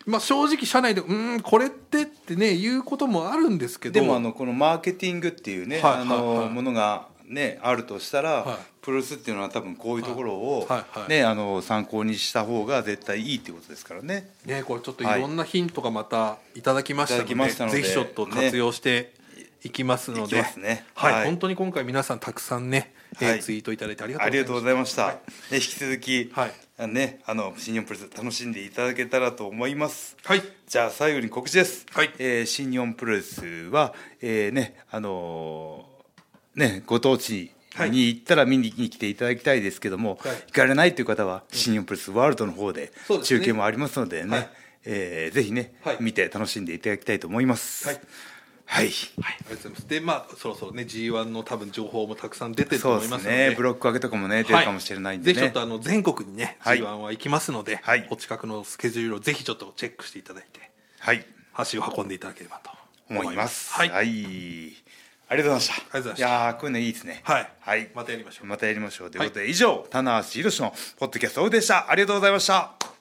Speaker 2: まあ正直社内でうーんこれってってね言うこともあるんですけ
Speaker 1: で
Speaker 2: ど
Speaker 1: もあのこのマーケティングっていうね、
Speaker 2: はい
Speaker 1: あ
Speaker 2: はいは
Speaker 1: の
Speaker 2: い
Speaker 1: ものが、ね、あるとしたら、
Speaker 2: はい
Speaker 1: プロレスっていうのは多分こういうところを、
Speaker 2: はいはいはい
Speaker 1: ね、あの参考にした方が絶対いいっていうことですからね。
Speaker 2: ねこれちょっといろんなヒントがまたいただきましたの
Speaker 1: い
Speaker 2: で,、
Speaker 1: ただきましたので
Speaker 2: ぜひちょっと活用していきますので、
Speaker 1: いきますね
Speaker 2: はい
Speaker 1: はい
Speaker 2: 本当に今回皆さんたくさんね、えー
Speaker 1: はい
Speaker 2: ツイートいただいてありがとう
Speaker 1: あ
Speaker 2: ござ
Speaker 1: り
Speaker 2: い
Speaker 1: が
Speaker 2: ま
Speaker 1: とう
Speaker 2: す
Speaker 1: ございました。ね、引き続き、
Speaker 2: はい
Speaker 1: あのね、あの新日本プロレス楽しんでいただけたらと思います。
Speaker 2: はい
Speaker 1: じゃあ最後に告知です。
Speaker 2: はい
Speaker 1: えー新日本プロレスは、えーね、あのーね、ご当地
Speaker 2: はい
Speaker 1: に行ったら見に来ていただきたいですけども、
Speaker 2: はい
Speaker 1: 行かれないという方は新日本プロレスワールドの方で
Speaker 2: そうですね
Speaker 1: 中継もありますのでね、
Speaker 2: はい
Speaker 1: えーぜひね、
Speaker 2: はい
Speaker 1: 見て楽しんでいただきたいと思います。
Speaker 2: はい
Speaker 1: はい。
Speaker 2: はい、ありがとうございますでまあそろそろね G1 の多分情報もたくさん出てると
Speaker 1: そう
Speaker 2: 思
Speaker 1: で
Speaker 2: いますすので
Speaker 1: ね。ブロック上げとかもね、出るかもしれないんで
Speaker 2: は
Speaker 1: ね。
Speaker 2: ぜひちょっとあの全国にね、
Speaker 1: はい
Speaker 2: G1 は行きますので、
Speaker 1: はい
Speaker 2: お近くのスケジュールをぜひちょっとチェックしていただいて
Speaker 1: はい。
Speaker 2: 足を運んでいただければと
Speaker 1: 思います。
Speaker 2: はい、
Speaker 1: ありがとうございました。
Speaker 2: ありがとうございました
Speaker 1: やーこういうのいいですね。
Speaker 2: はい
Speaker 1: はい。
Speaker 2: またやりましょう
Speaker 1: またやりましょう。ということで、以上、棚橋宏のポッドキャストオフでした。ありがとうございました。